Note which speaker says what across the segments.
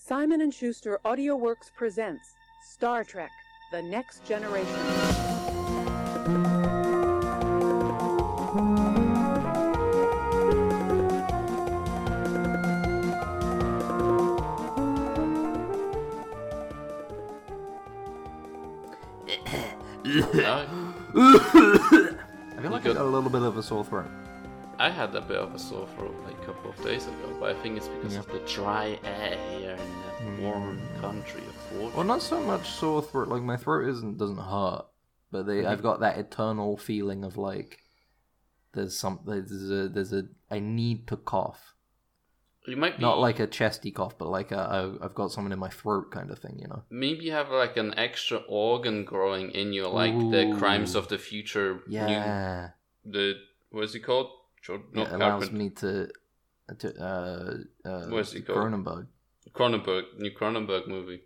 Speaker 1: Simon and Schuster AudioWorks presents Star Trek: The Next Generation.
Speaker 2: I,
Speaker 3: I feel like
Speaker 2: You
Speaker 3: I
Speaker 2: got-
Speaker 3: got a little bit of a sore throat.
Speaker 2: I had a bit of a sore throat like a couple of days ago, but I think it's because
Speaker 3: Yeah. Hmm.
Speaker 2: of the dry air here in the warm country of Warwick.
Speaker 3: Well, not so much sore throat. Like my throat isn't doesn't hurt, but they, I've got that eternal feeling of like there's some there's a there's a I need to cough.
Speaker 2: You might be
Speaker 3: Not like a chesty cough, but like a, I, I've got something in my throat kind of thing. You know.
Speaker 2: maybe you have like an extra organ growing in you, like the
Speaker 3: Ooh.
Speaker 2: Crimes of the Future.
Speaker 3: Yeah,
Speaker 2: New, the what is it called? Jor- Not
Speaker 3: it allows
Speaker 2: Carpent-
Speaker 3: me to to uh, uh
Speaker 2: What is it called?
Speaker 3: Cronenberg.
Speaker 2: Cronenberg, new Cronenberg movie.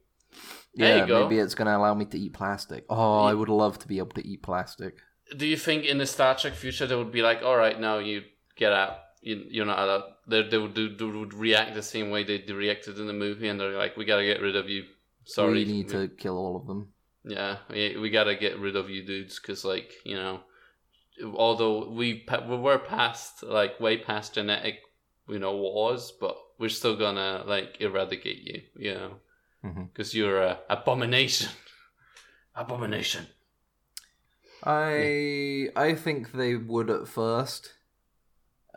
Speaker 2: There
Speaker 3: Yeah,
Speaker 2: you go.
Speaker 3: maybe it's gonna allow me to eat plastic. Oh, I
Speaker 2: Ye-
Speaker 3: would love to be able to eat plastic.
Speaker 2: Do you think in the Star Trek future they would be like, all right, now you get out, you, you're not allowed? They, they would do, do would react the same way they d- reacted in the movie, and they're like, we gotta get rid of you. Sorry,
Speaker 3: we need to kill all of them.
Speaker 2: Yeah, we, we gotta get rid of you dudes because, like, you know, although we pa- we were past like way past genetic, you know, wars, but we're still gonna like eradicate you, you know,
Speaker 3: Mhm.
Speaker 2: because you're a abomination, abomination.
Speaker 3: I I think they would at first,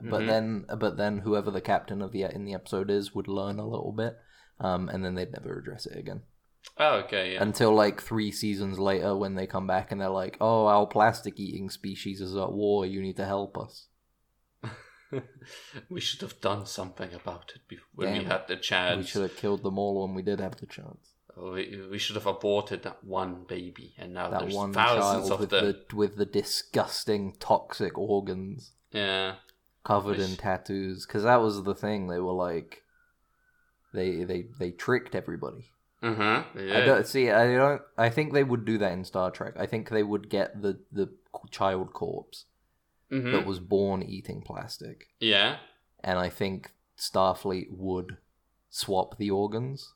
Speaker 3: but
Speaker 2: Mhm.
Speaker 3: then but then whoever the captain of the in the episode is would learn a little bit, um, and then they'd never address it again
Speaker 2: Oh, okay, yeah.
Speaker 3: until like three seasons later when they come back and they're like, "Oh, our plastic eating species is at war. You need to help us."
Speaker 2: we should have done something about it before, when
Speaker 3: Damn
Speaker 2: we
Speaker 3: it.
Speaker 2: had the
Speaker 3: we
Speaker 2: chance. Oh,
Speaker 3: should have killed them all when we did have the chance.
Speaker 2: We, we should have aborted that one baby, and now
Speaker 3: that
Speaker 2: Oh, there's
Speaker 3: one
Speaker 2: thousands
Speaker 3: child
Speaker 2: of
Speaker 3: with
Speaker 2: them.
Speaker 3: the with the disgusting toxic organs.
Speaker 2: Yeah.
Speaker 3: covered
Speaker 2: Which-
Speaker 3: in tattoos because that was the thing they were like they they they tricked everybody
Speaker 2: Uh huh.
Speaker 3: i don't see i don't i think they would do that in star trek i think they would get the the child corpse
Speaker 2: hmm
Speaker 3: that was born eating plastic
Speaker 2: Yeah.
Speaker 3: and i think starfleet would swap the organs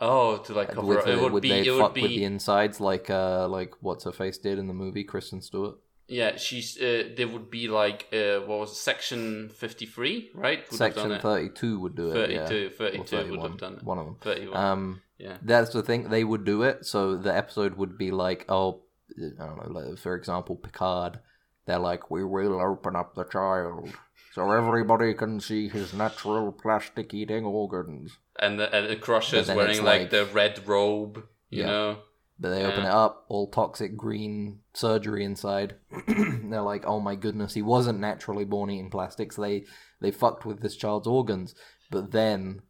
Speaker 2: Oh, to like cover
Speaker 3: with
Speaker 2: up. it
Speaker 3: the-
Speaker 2: would
Speaker 3: would
Speaker 2: be
Speaker 3: they
Speaker 2: it would
Speaker 3: fuck with the
Speaker 2: be
Speaker 3: insides like uh like what's her face did in the movie kristen stewart
Speaker 2: yeah. She's uh, there would be like uh, what was it, section fifty three right? Would have done
Speaker 3: section
Speaker 2: it.
Speaker 3: 32 would do it
Speaker 2: 32,
Speaker 3: yeah. Or
Speaker 2: 32 would
Speaker 3: 31,
Speaker 2: have done it.
Speaker 3: one of them
Speaker 2: 31.
Speaker 3: um
Speaker 2: yeah.
Speaker 3: That's the thing. They would do it, so the episode would be like, oh, I don't know. Like, for example, Picard. They're like, we will open up the child so everybody can see his natural plastic-eating organs.
Speaker 2: And the, and the crusher's
Speaker 3: then
Speaker 2: wearing
Speaker 3: it's
Speaker 2: like,
Speaker 3: like-
Speaker 2: the red robe. You
Speaker 3: Yeah.
Speaker 2: know.
Speaker 3: But they open
Speaker 2: Yeah.
Speaker 3: it up, all toxic green surgery inside. And they're like, oh my goodness, he wasn't naturally born eating plastics. They they fucked with this child's organs. But then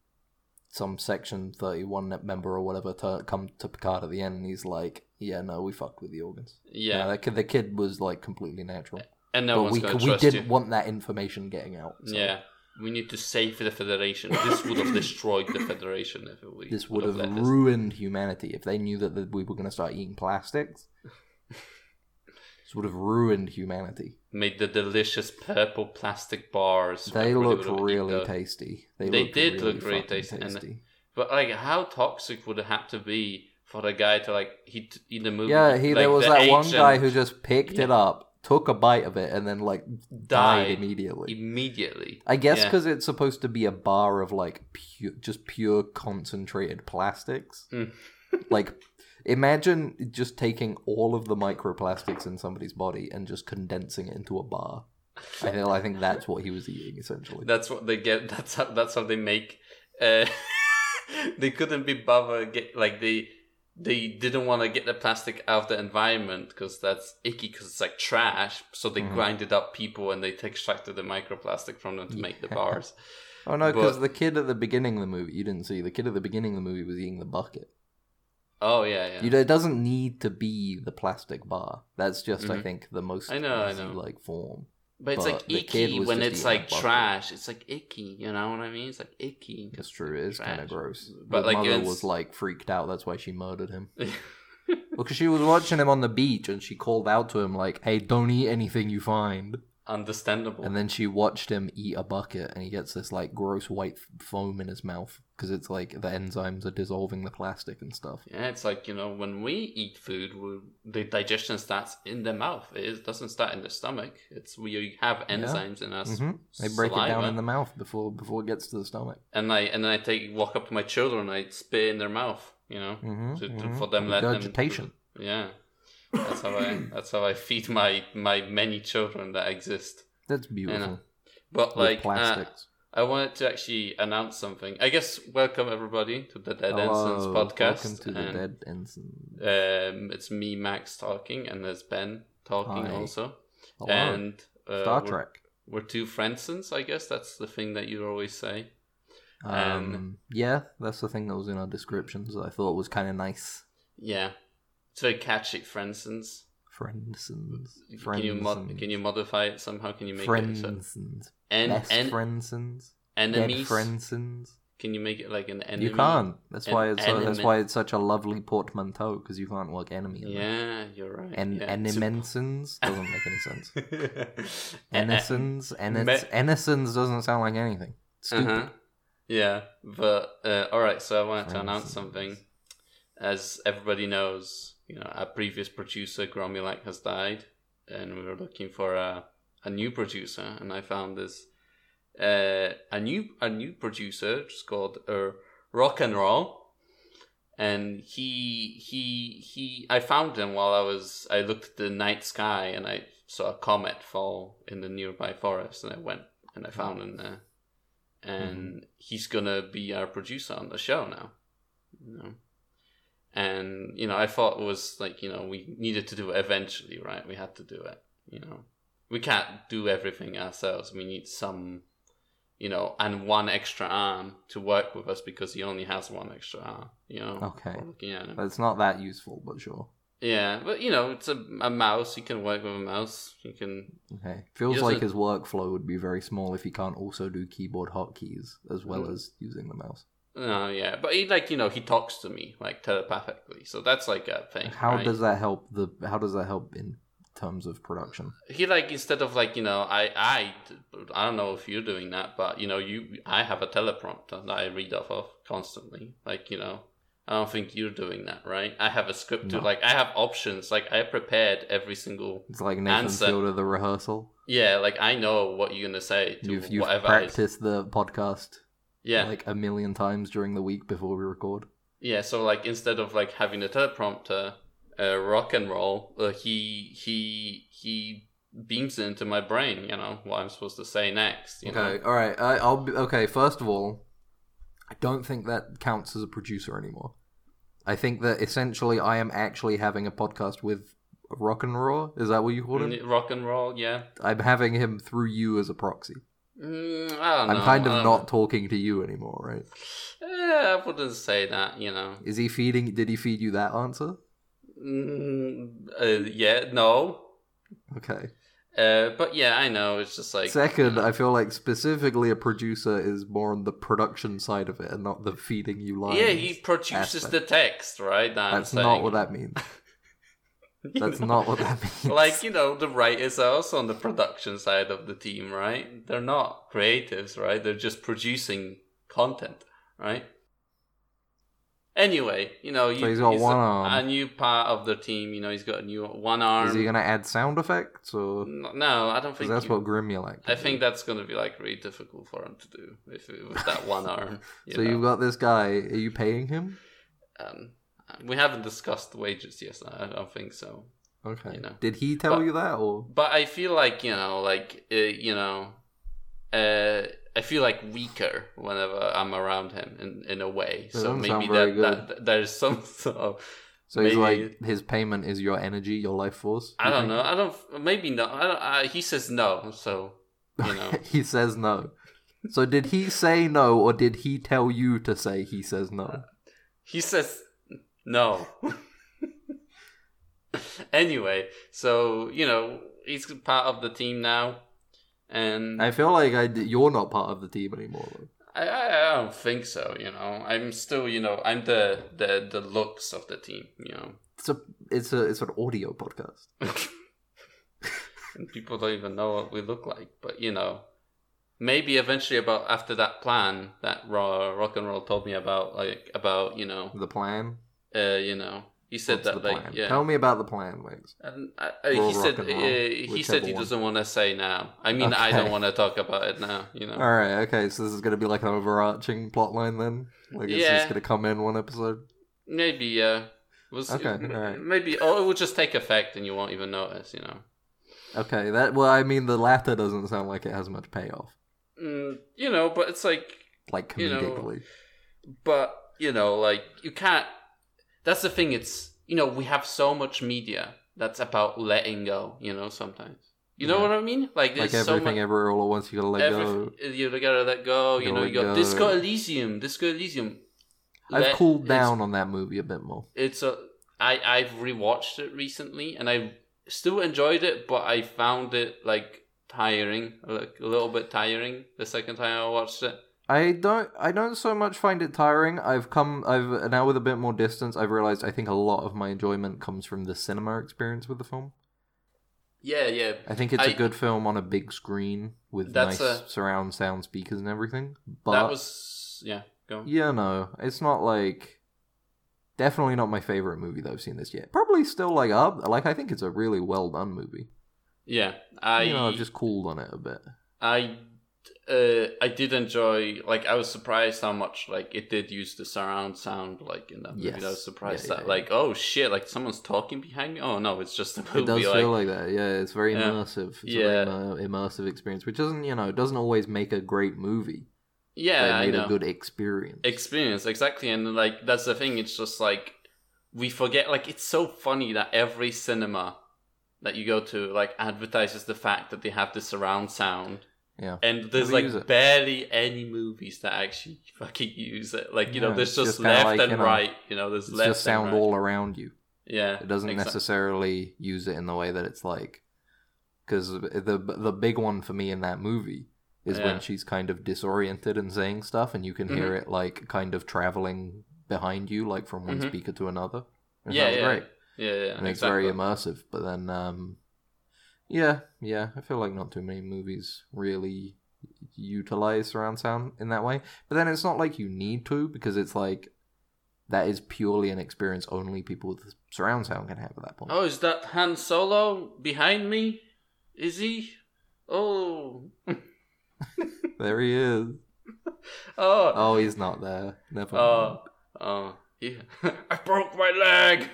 Speaker 3: some section 31 member or whatever tur come to Picard at the end and he's like, yeah, no, we fucked with the organs.
Speaker 2: Yeah.
Speaker 3: No, that kid, the kid was like completely natural.
Speaker 2: and no
Speaker 3: but
Speaker 2: one's
Speaker 3: we,
Speaker 2: gonna
Speaker 3: we
Speaker 2: trust
Speaker 3: didn't
Speaker 2: you.
Speaker 3: want that information getting out. so
Speaker 2: Yeah. We need to save the Federation. This would have destroyed the Federation if we
Speaker 3: This would have
Speaker 2: let us.
Speaker 3: ruined humanity if they knew that, that we were going to start eating plastics. this would have ruined humanity.
Speaker 2: made the delicious purple plastic bars.
Speaker 3: They
Speaker 2: Everybody
Speaker 3: looked
Speaker 2: would have eaten
Speaker 3: really
Speaker 2: those.
Speaker 3: tasty.
Speaker 2: They
Speaker 3: looked
Speaker 2: did
Speaker 3: really
Speaker 2: look really tasty,
Speaker 3: fucking
Speaker 2: and- But like, how toxic would it have to be for the guy to like he t- in the movie?
Speaker 3: Yeah, he,
Speaker 2: like,
Speaker 3: there was
Speaker 2: the
Speaker 3: that one
Speaker 2: agent
Speaker 3: guy who just picked it
Speaker 2: Yeah.
Speaker 3: up, took a bite of it, and then like died,
Speaker 2: Died.
Speaker 3: immediately.
Speaker 2: immediately.
Speaker 3: I guess
Speaker 2: Yeah.
Speaker 3: because it's supposed to be a bar of like pure, just pure concentrated plastics.
Speaker 2: Mm.
Speaker 3: like, imagine just taking all of the microplastics in somebody's body and just condensing it into a bar. I think, I think that's what he was eating essentially.
Speaker 2: That's what they get. That's how. That's how they make. Uh, they couldn't be bothered. Get like they. They didn't want to get the plastic out of the environment because that's icky because it's like trash. So they
Speaker 3: Mhm.
Speaker 2: grinded up people and they extracted the microplastic from them to make the
Speaker 3: Yeah.
Speaker 2: bars.
Speaker 3: oh no, because
Speaker 2: but-
Speaker 3: the kid at the beginning of the movie, you didn't see the kid at the beginning of the movie was eating the bucket.
Speaker 2: Oh yeah, yeah.
Speaker 3: You know, it doesn't need to be the plastic bar. That's just, I
Speaker 2: Mhm.
Speaker 3: think, the most
Speaker 2: I know, I
Speaker 3: easy,
Speaker 2: know.
Speaker 3: like form.
Speaker 2: But it's
Speaker 3: But
Speaker 2: like
Speaker 3: the kid
Speaker 2: icky
Speaker 3: was
Speaker 2: when
Speaker 3: just
Speaker 2: it's
Speaker 3: eating a
Speaker 2: like
Speaker 3: bucket.
Speaker 2: trash. It's like icky, you know what I mean? It's like icky.
Speaker 3: It's true. It is kind
Speaker 2: trash.
Speaker 3: of gross.
Speaker 2: But,
Speaker 3: But
Speaker 2: like,
Speaker 3: mother
Speaker 2: it's-
Speaker 3: was like freaked out. That's why she murdered him. Because she was watching him on the beach and she called out to him like, "Hey, don't eat anything you find."
Speaker 2: Understandable.
Speaker 3: And then she watched him eat a bucket, and he gets this like gross white foam in his mouth because it's like the enzymes are dissolving the plastic and stuff.
Speaker 2: yeah, it's like you know when we eat food, we, the digestion starts in the mouth. It is- doesn't start in the stomach. It's we have enzymes in us.
Speaker 3: hmm They break it down in the mouth before before it gets to the stomach.
Speaker 2: and I and then I take walk up to my children. I spit in their mouth. You know,
Speaker 3: Mhm,
Speaker 2: to, to-
Speaker 3: mhm.
Speaker 2: for them let them-
Speaker 3: Regurgitation.
Speaker 2: yeah, that's how I that's how I feed my my many children that exist.
Speaker 3: That's beautiful.
Speaker 2: But
Speaker 3: With
Speaker 2: like, uh,
Speaker 3: plastics.
Speaker 2: I wanted to actually announce something. I guess welcome everybody to the Dead Ensigns
Speaker 3: Hello,
Speaker 2: podcast.
Speaker 3: Welcome to the
Speaker 2: and,
Speaker 3: Dead Ensign.
Speaker 2: Um, it's me, Max, talking, and there's Ben talking
Speaker 3: Hi.
Speaker 2: also.
Speaker 3: Hello.
Speaker 2: And uh,
Speaker 3: Star
Speaker 2: we're-
Speaker 3: Trek.
Speaker 2: We're, two friendsons, I guess. That's the thing that you always say. and-
Speaker 3: Um, yeah, that's the thing that was in our descriptions that I thought was kind of nice.
Speaker 2: Yeah, it's very catchy, friendsons.
Speaker 3: Friendsons.
Speaker 2: Can you mod-
Speaker 3: Friendsons.
Speaker 2: can you modify it somehow? Can you make it so-
Speaker 3: Friendsons.
Speaker 2: en-
Speaker 3: Best
Speaker 2: en-
Speaker 3: friendsons. Dead
Speaker 2: enemies?
Speaker 3: friendsons.
Speaker 2: Can you make it like an enemy?
Speaker 3: You can't. That's why
Speaker 2: An
Speaker 3: it's so, that's
Speaker 2: enemy.
Speaker 3: why it's such a lovely portmanteau because you can't work enemy. in there.
Speaker 2: Yeah, you're right.
Speaker 3: And
Speaker 2: yeah. Eh,
Speaker 3: enemensons doesn't make any sense.
Speaker 2: It's-
Speaker 3: Enisons,
Speaker 2: me-
Speaker 3: enis, enisons doesn't sound like anything. Stupid.
Speaker 2: Uh-huh. Yeah, but uh, all right. So I wanted to announce
Speaker 3: Friendsons.
Speaker 2: something. As everybody knows, you know, our previous producer Gromulak has died, and we were looking for a a new producer, and I found this uh, a new a new producer just called uh, Rock and Roll, and he he he. I found him while I was I looked at the night sky, and I saw a comet fall in the nearby forest, and I went and I found him there,
Speaker 3: Mm-hmm.
Speaker 2: and he's gonna be our producer on the show now, you know. And you know, I thought it was like you know we needed to do it eventually, right? We had to do it, you know we can't do everything ourselves. We need some, you know, and one extra arm to work with us because he only has one extra arm. You know.
Speaker 3: Okay.
Speaker 2: We're Looking at him.
Speaker 3: But it's not that useful, but sure.
Speaker 2: yeah, but you know, it's a, a mouse. You can work with a mouse. You can.
Speaker 3: Okay. Feels
Speaker 2: He
Speaker 3: like
Speaker 2: doesn't-
Speaker 3: his workflow would be very small if he can't also do keyboard hotkeys as well
Speaker 2: Mm.
Speaker 3: as using the mouse.
Speaker 2: No, uh, yeah, but he like you know he talks to me like telepathically, so that's like a thing.
Speaker 3: How
Speaker 2: right?
Speaker 3: does that help the? How does that help in terms of production?
Speaker 2: he like instead of like you know I I I don't know if you're doing that, but you know you I have a teleprompter that I read off of constantly. Like you know I don't think you're doing that, right? I have a script to
Speaker 3: No.
Speaker 2: like I have options. Like I prepared every single
Speaker 3: It's like Nathan
Speaker 2: Answer.
Speaker 3: Fielder the rehearsal.
Speaker 2: yeah. Like I know what you're gonna say to
Speaker 3: You've, you've
Speaker 2: whatever. I,
Speaker 3: practiced the podcast
Speaker 2: yeah,
Speaker 3: like a million times during the week before we record.
Speaker 2: Yeah, so like instead of like having a teleprompter, uh, rock and roll, uh, he he he beams it into my brain. You know what I'm supposed to say next. You know?
Speaker 3: Okay, all right. I, I'll be, okay. First of all, I don't think that counts as a producer anymore. I think that essentially I am actually having a podcast with Rock and Raw. Is that what you called him?
Speaker 2: Mm, Rock and roll, yeah.
Speaker 3: I'm having him through you as a proxy.
Speaker 2: Mm, I don't
Speaker 3: I'm
Speaker 2: know.
Speaker 3: kind
Speaker 2: I don't-
Speaker 3: of not talking to you anymore, right?
Speaker 2: Eh, I wouldn't say that, you know.
Speaker 3: Is he feeding? Did he feed you that answer?
Speaker 2: Mm, uh, yeah, no.
Speaker 3: Okay.
Speaker 2: Uh, but yeah, I know. It's just like mm.
Speaker 3: Second,
Speaker 2: you know.
Speaker 3: I feel like specifically a producer is more on the production side of it and not the feeding you lines.
Speaker 2: yeah, he produces
Speaker 3: aspect.
Speaker 2: the text, right? That I'm
Speaker 3: That's not
Speaker 2: saying.
Speaker 3: what that means.
Speaker 2: You
Speaker 3: That's
Speaker 2: know?
Speaker 3: not what that means.
Speaker 2: like you know the writers are also on the production side of the team right they're not creatives right they're just producing content right anyway you know you,
Speaker 3: he's got one
Speaker 2: a,
Speaker 3: arm.
Speaker 2: a new part of the team you know he's got a new one arm
Speaker 3: Is he gonna add sound effects or?
Speaker 2: no i don't
Speaker 3: Because
Speaker 2: think
Speaker 3: that's
Speaker 2: you-
Speaker 3: what Grimulak.
Speaker 2: i
Speaker 3: did.
Speaker 2: think that's going to be like really difficult for him to do if with that one arm you
Speaker 3: so
Speaker 2: know.
Speaker 3: you've got this guy. Are you paying him?
Speaker 2: um, we haven't discussed the wages yes i I don't think so
Speaker 3: Okay.
Speaker 2: You know.
Speaker 3: Did he tell
Speaker 2: But-
Speaker 3: you that or?
Speaker 2: but I feel like you know, like uh, you know, uh, I feel like weaker whenever I'm around him in in a way.
Speaker 3: That
Speaker 2: so
Speaker 3: doesn't sound
Speaker 2: maybe
Speaker 3: very
Speaker 2: that, that, that there's some sort of
Speaker 3: So he's
Speaker 2: maybe-
Speaker 3: like his payment is your energy, your life force.
Speaker 2: I
Speaker 3: you
Speaker 2: don't
Speaker 3: think?
Speaker 2: know. I don't maybe no. I don't, I, he says no, so you know.
Speaker 3: he says no. So did he say no or did he tell you to say he says no?
Speaker 2: He says no. anyway, so you know he's part of the team now, and
Speaker 3: I feel like I d- you're not part of the team anymore. Though.
Speaker 2: I, I I don't think so. You know, I'm still you know I'm the the the looks of the team. You know.
Speaker 3: It's a it's a it's an audio podcast.
Speaker 2: and people don't even know what we look like. But you know, maybe eventually, about after that plan that raw rock and roll told me about, like about you know,
Speaker 3: The plan.
Speaker 2: uh, you know, he said
Speaker 3: What's
Speaker 2: that
Speaker 3: the
Speaker 2: like
Speaker 3: plan?
Speaker 2: yeah.
Speaker 3: Tell me about the plan, Wiggs.
Speaker 2: And I, I,
Speaker 3: Or
Speaker 2: he
Speaker 3: rock
Speaker 2: said
Speaker 3: and
Speaker 2: uh,
Speaker 3: roll,
Speaker 2: he said
Speaker 3: whichever
Speaker 2: he
Speaker 3: one.
Speaker 2: doesn't want to say now. I mean, I
Speaker 3: Okay.
Speaker 2: don't want to talk about it now. You know.
Speaker 3: All right. Okay. So this is gonna be like an overarching plot line then. Like it's
Speaker 2: Yeah.
Speaker 3: just gonna come in one episode.
Speaker 2: Maybe, yeah. We'll see.
Speaker 3: Okay, alright.
Speaker 2: Maybe, or it will just take effect and you won't even notice, you know.
Speaker 3: Okay. That. Well, I mean, the latter doesn't sound like it has much payoff,
Speaker 2: Mm, you know, but it's like,
Speaker 3: like
Speaker 2: You know,
Speaker 3: comedically.
Speaker 2: but, you know, like, you can't. That's the thing, it's, you know, we have so much media that's about letting go, you know, sometimes. You know
Speaker 3: Yeah.
Speaker 2: what I mean? Like, there's
Speaker 3: like everything,
Speaker 2: so much.
Speaker 3: everywhere, all at once. You gotta let go.
Speaker 2: everyth- You gotta let go, you
Speaker 3: Gotta
Speaker 2: know,
Speaker 3: let
Speaker 2: you got
Speaker 3: go.
Speaker 2: Disco Elysium, Disco Elysium.
Speaker 3: I've
Speaker 2: Let-
Speaker 3: cooled
Speaker 2: it's-
Speaker 3: down on that movie a bit more.
Speaker 2: it's a I I've rewatched it recently and I still enjoyed it, but I found it like tiring, like a little bit tiring the second time I watched it.
Speaker 3: I don't. I don't so much find it tiring. I've come. I've now with a bit more distance. I've realized. I think a lot of my enjoyment comes from the cinema experience with the film.
Speaker 2: Yeah, yeah.
Speaker 3: I think it's a
Speaker 2: I-
Speaker 3: good film on a big screen with
Speaker 2: That's
Speaker 3: nice
Speaker 2: a-
Speaker 3: surround sound speakers and everything. But
Speaker 2: that was yeah, go. on.
Speaker 3: yeah, no, it's not like definitely not my favorite movie that I've seen this year. Probably still like up. Like I think it's a really well done movie.
Speaker 2: Yeah. I
Speaker 3: you know, I've just cooled on it a bit.
Speaker 2: I uh I did enjoy like I was surprised how much like it did use the surround sound like in that movie.
Speaker 3: Yes.
Speaker 2: I was surprised
Speaker 3: Yeah,
Speaker 2: that
Speaker 3: yeah,
Speaker 2: like oh shit like someone's talking behind me. Oh no, it's just a movie.
Speaker 3: It does
Speaker 2: like,
Speaker 3: feel like that. Yeah, it's very
Speaker 2: Yeah.
Speaker 3: immersive. It's
Speaker 2: Yeah.
Speaker 3: a very immer- immersive experience, which doesn't you know it doesn't always make a great movie.
Speaker 2: yeah,
Speaker 3: but it made
Speaker 2: I know.
Speaker 3: a good experience.
Speaker 2: experience exactly and like that's the thing it's just like we forget like it's so funny that every cinema that you go to like advertises the fact that they have the surround sound
Speaker 3: yeah.
Speaker 2: and there's
Speaker 3: Never use
Speaker 2: like
Speaker 3: it.
Speaker 2: barely any movies that actually fucking use it like you know
Speaker 3: Yeah,
Speaker 2: there's
Speaker 3: it's
Speaker 2: just,
Speaker 3: just kinda
Speaker 2: left
Speaker 3: like,
Speaker 2: and
Speaker 3: you know,
Speaker 2: right you know there's
Speaker 3: It's
Speaker 2: left
Speaker 3: just sound
Speaker 2: and right.
Speaker 3: all around you.
Speaker 2: yeah
Speaker 3: It doesn't
Speaker 2: exactly.
Speaker 3: necessarily use it in the way that it's like, because the the big one for me in that movie is
Speaker 2: Yeah. Mm-hmm.
Speaker 3: when she's kind of disoriented and saying stuff, and you can hear it like kind of traveling behind you, like from one
Speaker 2: Mhm.
Speaker 3: speaker to another. It
Speaker 2: Yeah,
Speaker 3: sounds
Speaker 2: yeah,
Speaker 3: great,
Speaker 2: yeah yeah
Speaker 3: and it's
Speaker 2: exactly.
Speaker 3: very immersive. But then, um, yeah, yeah, I feel like not too many movies really utilize surround sound in that way. But then it's not like you need to because it's like. That is purely an experience only people with surround sound can have at that point.
Speaker 2: oh is that Han Solo behind me is he oh
Speaker 3: There he is.
Speaker 2: oh
Speaker 3: Oh, he's not there. Never mind.
Speaker 2: Oh,
Speaker 3: uh,
Speaker 2: oh, yeah. I broke my leg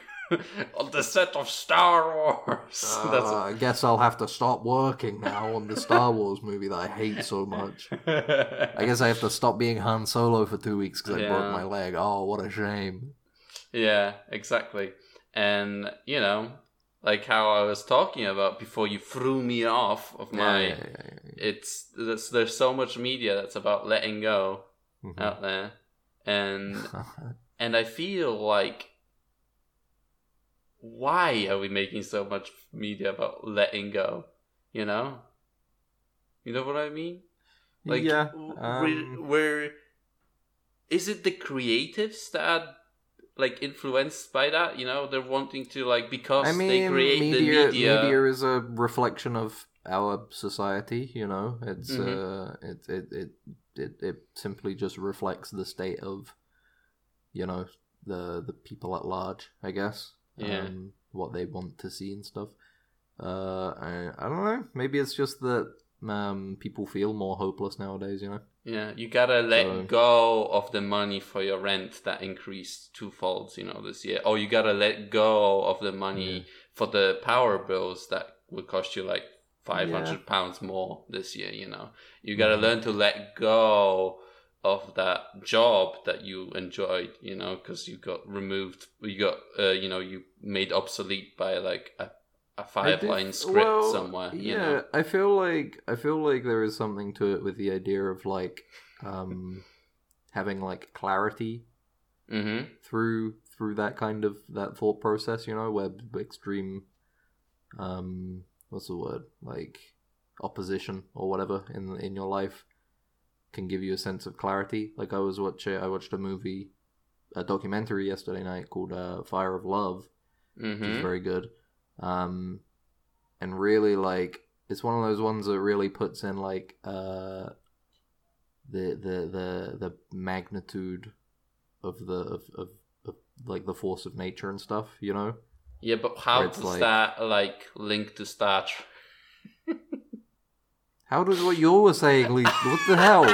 Speaker 2: on the set of Star Wars.
Speaker 3: Uh, I guess I'll have to stop working now on the Star Wars movie that I hate so much.
Speaker 2: That's.
Speaker 3: I guess I have to stop being Han Solo for two weeks because I broke
Speaker 2: Yeah.
Speaker 3: my leg. Oh, what a shame.
Speaker 2: yeah, exactly. And you know, like how I was talking about before, you threw me off of my.
Speaker 3: Yeah, yeah, yeah, yeah.
Speaker 2: It's there's, there's so much media that's about letting go
Speaker 3: Mhm.
Speaker 2: out there, and and I feel like why are we making so much media about letting go? You know, you know what I mean. Like,
Speaker 3: yeah.
Speaker 2: w- we're,
Speaker 3: Um,
Speaker 2: we're is it the creatives that are like influenced by that? You know, they're wanting to like because
Speaker 3: I mean,
Speaker 2: they create
Speaker 3: media,
Speaker 2: the media.
Speaker 3: media is a reflection of our society. You know, it's uh,
Speaker 2: Mm-hmm.
Speaker 3: it, it it it it simply just reflects the state of, you know, the the people at large. I guess.
Speaker 2: Yeah.
Speaker 3: Um, what they want to see and stuff. Uh, I, I don't know. Maybe it's just that um people feel more hopeless nowadays. You know.
Speaker 2: Yeah, you gotta let
Speaker 3: So-
Speaker 2: go of the money for your rent that increased twofold, you know, this year. Or you gotta let go of the money
Speaker 3: Yeah.
Speaker 2: for the power bills that would cost you like five hundred
Speaker 3: Yeah.
Speaker 2: pounds more this year, you know. You gotta
Speaker 3: Mhm.
Speaker 2: learn to let go of that job that you enjoyed, you know, because you got removed, you got, uh, you know, you made obsolete by like a, a
Speaker 3: I
Speaker 2: five
Speaker 3: do-
Speaker 2: line script
Speaker 3: well,
Speaker 2: somewhere,
Speaker 3: Yeah,
Speaker 2: you know.
Speaker 3: I feel like I feel like there is something to it with the idea of like um having like clarity
Speaker 2: Mm
Speaker 3: through through that kind of that thought process, you know, where b- extreme um what's the word? Like opposition or whatever in in your life can give you a sense of clarity. Like I was watching I watched a movie a documentary yesterday night called uh, Fire of Love
Speaker 2: hmm. Mm
Speaker 3: which is
Speaker 2: hmm.
Speaker 3: very good. Um, and really, like, It's one of those ones that really puts in like uh, the the the the magnitude of the of, of, of like the force of nature and stuff. You know,
Speaker 2: Yeah, but how
Speaker 3: Where it's
Speaker 2: does
Speaker 3: like-
Speaker 2: that like link to Star Trek?
Speaker 3: how does what you were saying, Lee? What the hell?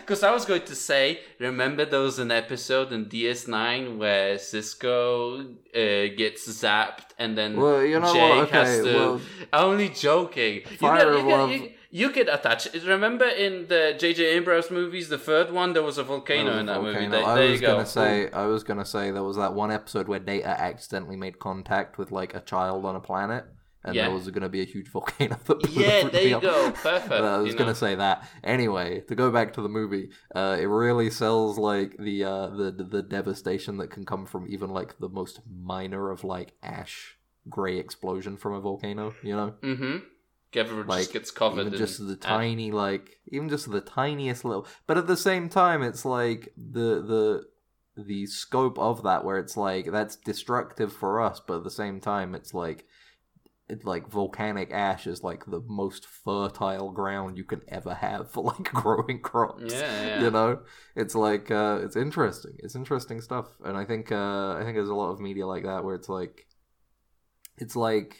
Speaker 2: Because I was going to say, remember there was an episode in DS9 where Cisco uh, gets zapped and then
Speaker 3: Well, you know
Speaker 2: Jake
Speaker 3: what?
Speaker 2: has
Speaker 3: Okay,
Speaker 2: to.
Speaker 3: well,
Speaker 2: I'm only joking. You
Speaker 3: Fire
Speaker 2: can, you,
Speaker 3: Love-
Speaker 2: can, you, you could attach. it. Remember in the J.J. Abrams movies, the third one, there was a volcano in that
Speaker 3: volcano.
Speaker 2: movie. There,
Speaker 3: I
Speaker 2: there
Speaker 3: was
Speaker 2: you go.
Speaker 3: gonna say, I was gonna say there was that one episode where Data accidentally made contact with like a child on a planet, and
Speaker 2: Yeah.
Speaker 3: there was gonna be a huge volcano. That blew
Speaker 2: yeah, there
Speaker 3: everything
Speaker 2: you
Speaker 3: up.
Speaker 2: go. Perfect.
Speaker 3: But I was
Speaker 2: you know?
Speaker 3: gonna say that anyway. To go back to the movie, uh, it really sells like the uh, the the devastation that can come from even like the most minor of like ash gray explosion from a volcano. You know,
Speaker 2: Mm-hmm. Everyone
Speaker 3: Like,
Speaker 2: just gets covered.
Speaker 3: even
Speaker 2: in
Speaker 3: just the
Speaker 2: ash.
Speaker 3: tiny like even just the tiniest little but at the same time it's like the the the scope of that where it's like that's destructive for us but at the same time it's like it, like volcanic ash is like the most fertile ground you can ever have for like growing crops
Speaker 2: Yeah, yeah.
Speaker 3: you know it's like uh it's interesting it's interesting stuff and i think uh i think there's a lot of media like that where it's like it's like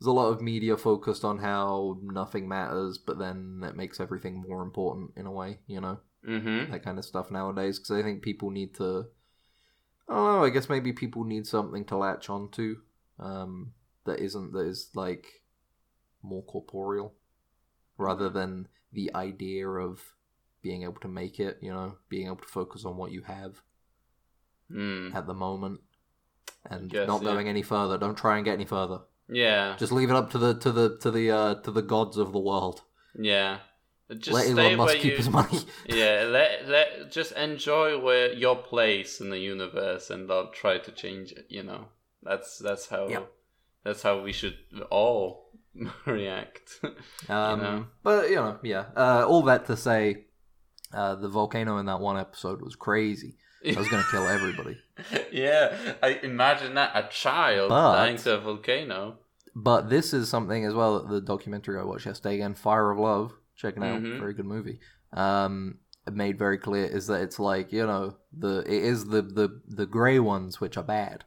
Speaker 3: there's a lot of media focused on how nothing matters but then that makes everything more important in a way you know
Speaker 2: Mm-hmm.
Speaker 3: that kind of stuff nowadays because i think people need to i don't know i guess maybe people need something to latch onto um that isn't that is like more corporeal rather
Speaker 2: Mm-hmm.
Speaker 3: than the idea of being able to make it you know being able to focus on what you have
Speaker 2: Mm.
Speaker 3: at the moment and
Speaker 2: Guess,
Speaker 3: not
Speaker 2: yeah.
Speaker 3: going any further don't try and get any further
Speaker 2: Yeah.
Speaker 3: just leave it up to the to the to the uh to the gods of the world
Speaker 2: Yeah. Just
Speaker 3: let
Speaker 2: stay
Speaker 3: elon
Speaker 2: where
Speaker 3: musk
Speaker 2: you.
Speaker 3: keep his money
Speaker 2: yeah, let let just enjoy where your place in the universe and not try to change it. You know, that's that's how
Speaker 3: Yep.
Speaker 2: that's how we should all react.
Speaker 3: Um,
Speaker 2: know?
Speaker 3: But you know, yeah. Uh, all that to say, uh, the volcano in that one episode was crazy. I was going to kill everybody.
Speaker 2: yeah, I imagine that a child
Speaker 3: But-
Speaker 2: dying to a volcano.
Speaker 3: But this is something as well. that The documentary I watched yesterday, again, Fire of Love, check it out,
Speaker 2: Mhm.
Speaker 3: very good movie. Um, it made very clear is that it's like you know the it is the the the gray ones which are bad.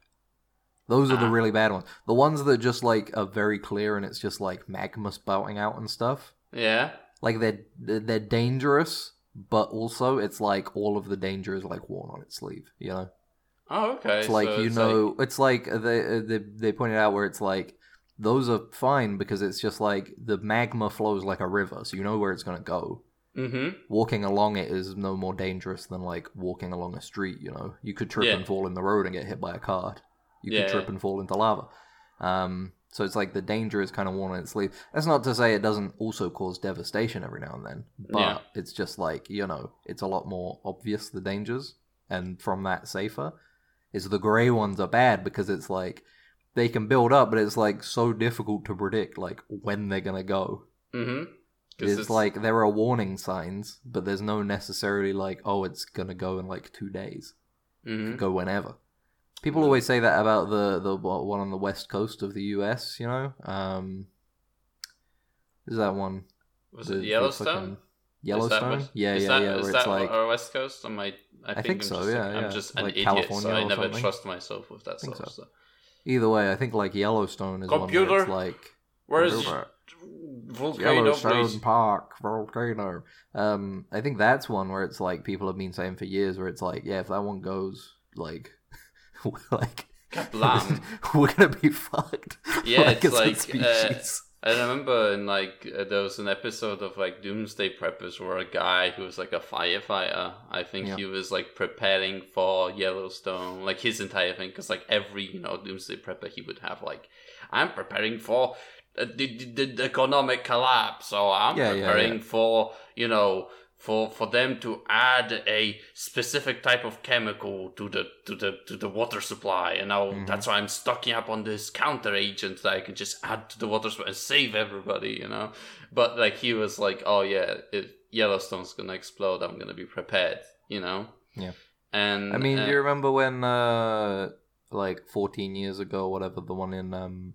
Speaker 3: Those are the
Speaker 2: Ah.
Speaker 3: really bad ones. The ones that just like are very clear and it's just like magma spouting out and stuff.
Speaker 2: Yeah,
Speaker 3: like they're they're dangerous but also it's like all of the danger is like worn on its sleeve you know
Speaker 2: Oh, okay.
Speaker 3: it's like
Speaker 2: so
Speaker 3: you
Speaker 2: it's
Speaker 3: know it's like they, they they pointed out where it's like those are fine because it's just like the magma flows like a river so you know where it's going to go
Speaker 2: mm-hmm.
Speaker 3: walking along it is no more dangerous than like walking along a street you know you could trip
Speaker 2: Yeah.
Speaker 3: and fall in the road and get hit by a car you
Speaker 2: Yeah.
Speaker 3: could trip and fall into lava um so it's like the danger is kind of worn on its sleeve that's not to say it doesn't also cause devastation every now and then but
Speaker 2: Yeah.
Speaker 3: it's just like you know it's a lot more obvious the dangers and from that safer is the gray ones are bad because it's like they can build up but it's like so difficult to predict like when they're gonna go
Speaker 2: Mm-hmm.
Speaker 3: it's, like there are warning signs, but there's no necessarily like, oh, it's gonna go in like two days,
Speaker 2: hmm
Speaker 3: go whenever. People
Speaker 2: Mhm.
Speaker 3: always say that about the the wa- one on the west coast of the U.S. You know, um, is that one?
Speaker 2: was
Speaker 3: The-
Speaker 2: it
Speaker 3: the
Speaker 2: Yellowstone?
Speaker 3: fucking- Yellowstone,
Speaker 2: West-
Speaker 3: yeah,
Speaker 2: is
Speaker 3: yeah,
Speaker 2: that,
Speaker 3: yeah.
Speaker 2: is
Speaker 3: Where
Speaker 2: that uh,
Speaker 3: it's like,
Speaker 2: our West Coast? Am I? I,
Speaker 3: think
Speaker 2: I'm
Speaker 3: so,
Speaker 2: Just,
Speaker 3: yeah,
Speaker 2: I'm
Speaker 3: yeah.
Speaker 2: just an
Speaker 3: Like
Speaker 2: idiot,
Speaker 3: California
Speaker 2: so I
Speaker 3: or
Speaker 2: never
Speaker 3: something.
Speaker 2: trust myself with that
Speaker 3: Think
Speaker 2: sort of
Speaker 3: so.
Speaker 2: stuff.
Speaker 3: either way, I think like Yellowstone is one where
Speaker 2: Computer?
Speaker 3: it's like
Speaker 2: Where's
Speaker 3: River.
Speaker 2: volcano
Speaker 3: Yellowstone
Speaker 2: place?
Speaker 3: Park volcano. Um, I think that's one where it's like people have been saying for years, where it's like, yeah, if that one goes, like, like
Speaker 2: Kablam.
Speaker 3: we're gonna be fucked.
Speaker 2: Yeah, it's
Speaker 3: as a
Speaker 2: like, uh,
Speaker 3: species.
Speaker 2: I remember in like uh, there was an episode of like Doomsday Preppers where a guy who was like a firefighter, I think
Speaker 3: Yeah.
Speaker 2: he was like preparing for Yellowstone, like his entire thing, because like every you know Doomsday Prepper he would have like, I'm preparing for uh, the, the, the economic collapse, or I'm
Speaker 3: Yeah, yeah,
Speaker 2: preparing for you know for for them to add a specific type of chemical to the to the to the water supply and now
Speaker 3: Mhm.
Speaker 2: that's why I'm stocking up on this counter agent that I can just add to the water supply and save everybody, you know. But like he was like, Oh yeah, if Yellowstone's gonna explode, I'm gonna be prepared, you know?
Speaker 3: Yeah.
Speaker 2: And
Speaker 3: I mean,
Speaker 2: uh,
Speaker 3: do you remember when, uh, like, fourteen years ago, whatever, the one in um,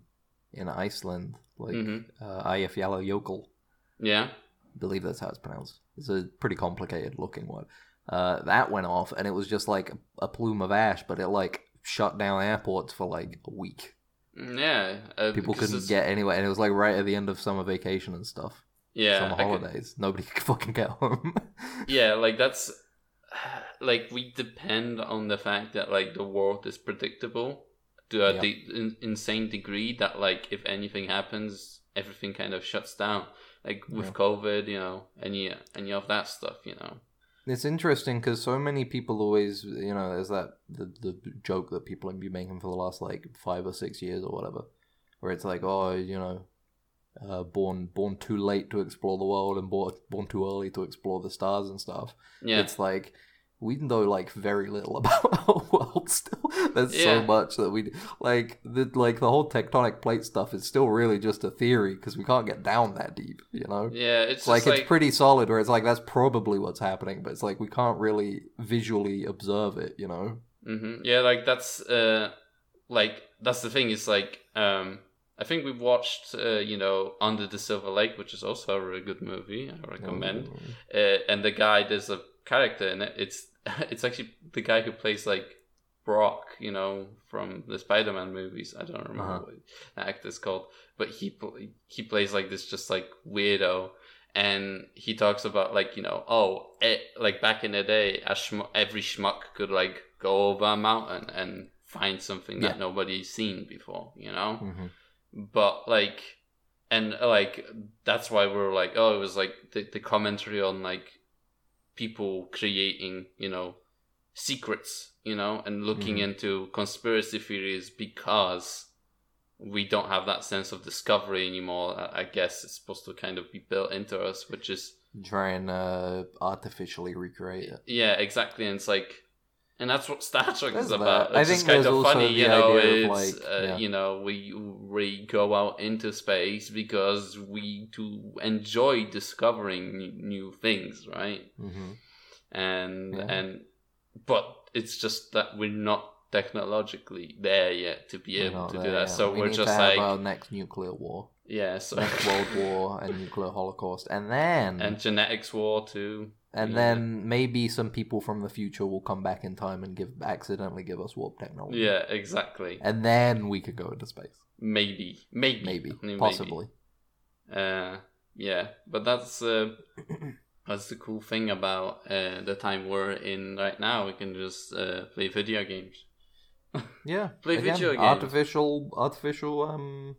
Speaker 3: in Iceland, like
Speaker 2: Mhm.
Speaker 3: uh, Eyjafjallajökull.
Speaker 2: Yeah.
Speaker 3: believe that's how it's pronounced. It's a pretty complicated looking one. Uh, that went off, and it was just like a plume of ash, but it like shut down airports for like a week.
Speaker 2: Yeah. Uh,
Speaker 3: People
Speaker 2: because
Speaker 3: couldn't
Speaker 2: it's-
Speaker 3: get anywhere, and it was like right at the end of summer vacation and stuff.
Speaker 2: yeah,
Speaker 3: summer
Speaker 2: I could-
Speaker 3: holidays. Nobody could fucking get home.
Speaker 2: yeah, like that's like we depend on the fact that like the world is predictable to a
Speaker 3: Yeah.
Speaker 2: de- in- insane degree that like if anything happens, everything kind of shuts down. Like with
Speaker 3: Yeah.
Speaker 2: COVID, you know, any any of that stuff, you know.
Speaker 3: It's interesting because so many people always, you know, there's that the, the joke that people have been making for the last like five or six years or whatever, where it's like, oh, you know, uh, born born too late to explore the world and born born too early to explore the stars and stuff.
Speaker 2: Yeah,
Speaker 3: It's like we know like very little about our world still. There's so
Speaker 2: Yeah.
Speaker 3: much that we like the like the whole tectonic plate stuff is still really just a theory because we can't get down that deep, you know.
Speaker 2: yeah, it's
Speaker 3: It's like,
Speaker 2: just like,
Speaker 3: it's pretty solid where it's like that's probably what's happening but it's like we can't really visually observe it you know
Speaker 2: hmm Yeah, like that's uh, like that's the thing is like um, I think we watched uh, you know Under the Silver Lake, which is also a really good movie.
Speaker 3: Oh,
Speaker 2: I recommend.
Speaker 3: Mm-hmm.
Speaker 2: Uh, and the guy, there's a character in it. It's it's actually the guy who plays like Brock, you know, from the Spider-Man movies. I don't remember
Speaker 3: Uh-huh.
Speaker 2: what the actor's called, but he pl- he plays like this just like weirdo and he talks about like you know oh eh, like back in the day a schm- every schmuck could like go over a mountain and find something
Speaker 3: Yeah.
Speaker 2: that nobody's seen before you know
Speaker 3: Mhm.
Speaker 2: but like and uh, like that's why we we're like oh it was like the, the commentary on like people creating you know secrets you know and looking
Speaker 3: Mhm.
Speaker 2: into conspiracy theories because we don't have that sense of discovery anymore I- i guess it's supposed to kind of be built into us which is
Speaker 3: try and uh, artificially recreate it
Speaker 2: yeah exactly and it's like and that's what Star Trek
Speaker 3: There's
Speaker 2: is about.
Speaker 3: that. I
Speaker 2: It's
Speaker 3: think
Speaker 2: just kind
Speaker 3: there's
Speaker 2: of
Speaker 3: also
Speaker 2: funny,
Speaker 3: the
Speaker 2: you know.
Speaker 3: idea of,
Speaker 2: It's
Speaker 3: like,
Speaker 2: uh,
Speaker 3: yeah.
Speaker 2: you know we we go out into space because we to enjoy discovering new- new things, right?
Speaker 3: hmm
Speaker 2: And
Speaker 3: Yeah.
Speaker 2: and but it's just that we're not technologically there yet to be able to do that. So
Speaker 3: we
Speaker 2: we're
Speaker 3: need
Speaker 2: just
Speaker 3: to have
Speaker 2: like
Speaker 3: our next nuclear war
Speaker 2: yeah, so
Speaker 3: next world war and nuclear holocaust and then
Speaker 2: and
Speaker 3: and,
Speaker 2: genetics war too. yeah.
Speaker 3: then maybe some people from the future will come back in time and give accidentally give us warp technology
Speaker 2: Yeah, exactly.
Speaker 3: and then we could go into space
Speaker 2: Maybe, maybe,
Speaker 3: maybe
Speaker 2: Only maybe.
Speaker 3: possibly
Speaker 2: uh yeah but that's uh that's the cool thing about uh the time we're in right now we can just uh play video games
Speaker 3: yeah
Speaker 2: Play video games.
Speaker 3: artificial artificial um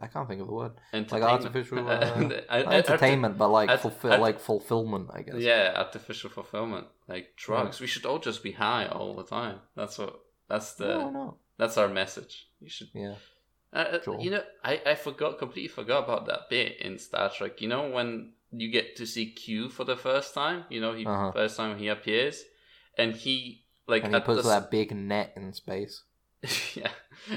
Speaker 3: i can't think of the word
Speaker 2: Entertainment.
Speaker 3: artificial, uh,
Speaker 2: And,
Speaker 3: Not entertainment, but like
Speaker 2: art-
Speaker 3: fulfill,
Speaker 2: art-
Speaker 3: like fulfillment, I guess.
Speaker 2: arti- yeah artificial fulfillment like drugs we should all just be high all the time that's what that's the
Speaker 3: No, no.
Speaker 2: that's our message you should
Speaker 3: Yeah.
Speaker 2: Uh, uh
Speaker 3: Sure.
Speaker 2: you know, I, I forgot completely forgot about that bit in Star Trek. You know when you get to see Q for the first time. You know, he
Speaker 3: Uh-huh.
Speaker 2: first time he appears, and he like
Speaker 3: and he
Speaker 2: at
Speaker 3: puts
Speaker 2: the s-
Speaker 3: that big net in space.
Speaker 2: yeah,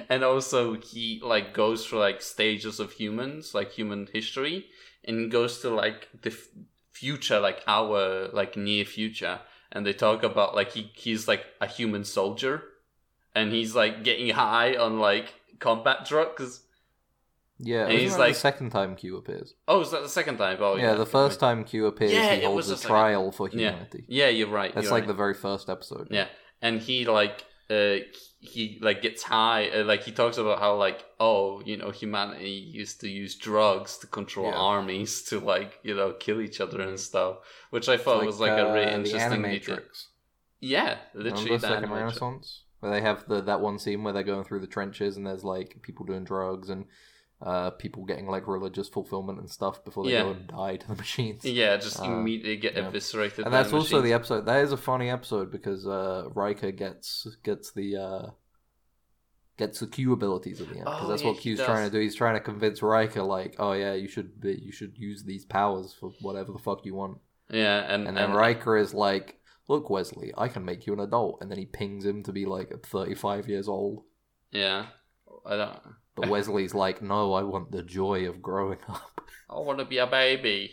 Speaker 2: and also he like goes through like stages of humans, like human history, and goes to like the f- future, like our like near future, and they talk about like he he's like a human soldier, and he's like getting high on like combat drugs.
Speaker 3: Yeah,
Speaker 2: And
Speaker 3: isn't
Speaker 2: he's
Speaker 3: that
Speaker 2: like-
Speaker 3: the second time Q appears.
Speaker 2: Oh, is that the second time? Oh,
Speaker 3: yeah, the first time Q appears,
Speaker 2: Yeah, it
Speaker 3: he
Speaker 2: was
Speaker 3: holds a
Speaker 2: the second-
Speaker 3: trial for
Speaker 2: Yeah.
Speaker 3: humanity.
Speaker 2: Yeah, you're right.
Speaker 3: That's
Speaker 2: you're
Speaker 3: like
Speaker 2: right.
Speaker 3: the very first episode.
Speaker 2: Yeah. and he like uh he like gets high. Uh, like he talks about how like oh you know humanity used to use drugs to control
Speaker 3: Yeah.
Speaker 2: armies to like you know kill each other and stuff, which I
Speaker 3: It's
Speaker 2: thought was like a
Speaker 3: uh,
Speaker 2: really
Speaker 3: the
Speaker 2: interesting detail.
Speaker 3: Animatrix.
Speaker 2: Yeah,
Speaker 3: Remember
Speaker 2: literally the
Speaker 3: Second
Speaker 2: animatrix.
Speaker 3: Renaissance, where they have the that one scene where they're going through the trenches and there's like people doing drugs and uh, people getting like religious fulfillment and stuff before they
Speaker 2: Yeah.
Speaker 3: go and die to the machines.
Speaker 2: Yeah, just
Speaker 3: Uh,
Speaker 2: immediately get
Speaker 3: yeah.
Speaker 2: eviscerated.
Speaker 3: and
Speaker 2: by
Speaker 3: that's also the
Speaker 2: machines.
Speaker 3: episode. That is a funny episode because uh, Riker gets gets the uh, gets the Q abilities at the end because
Speaker 2: Oh,
Speaker 3: that's
Speaker 2: yeah,
Speaker 3: what
Speaker 2: he
Speaker 3: Q's
Speaker 2: does.
Speaker 3: trying to do. He's trying to convince Riker like, oh yeah, you should be, you should use these powers for whatever the fuck you want.
Speaker 2: yeah, and
Speaker 3: And then Riker is like, look, Wesley, I can make you an adult. And then he pings him to be like 35 years old.
Speaker 2: yeah, I don't.
Speaker 3: But Wesley's like, no, I want the joy of growing up.
Speaker 2: I want to be a baby.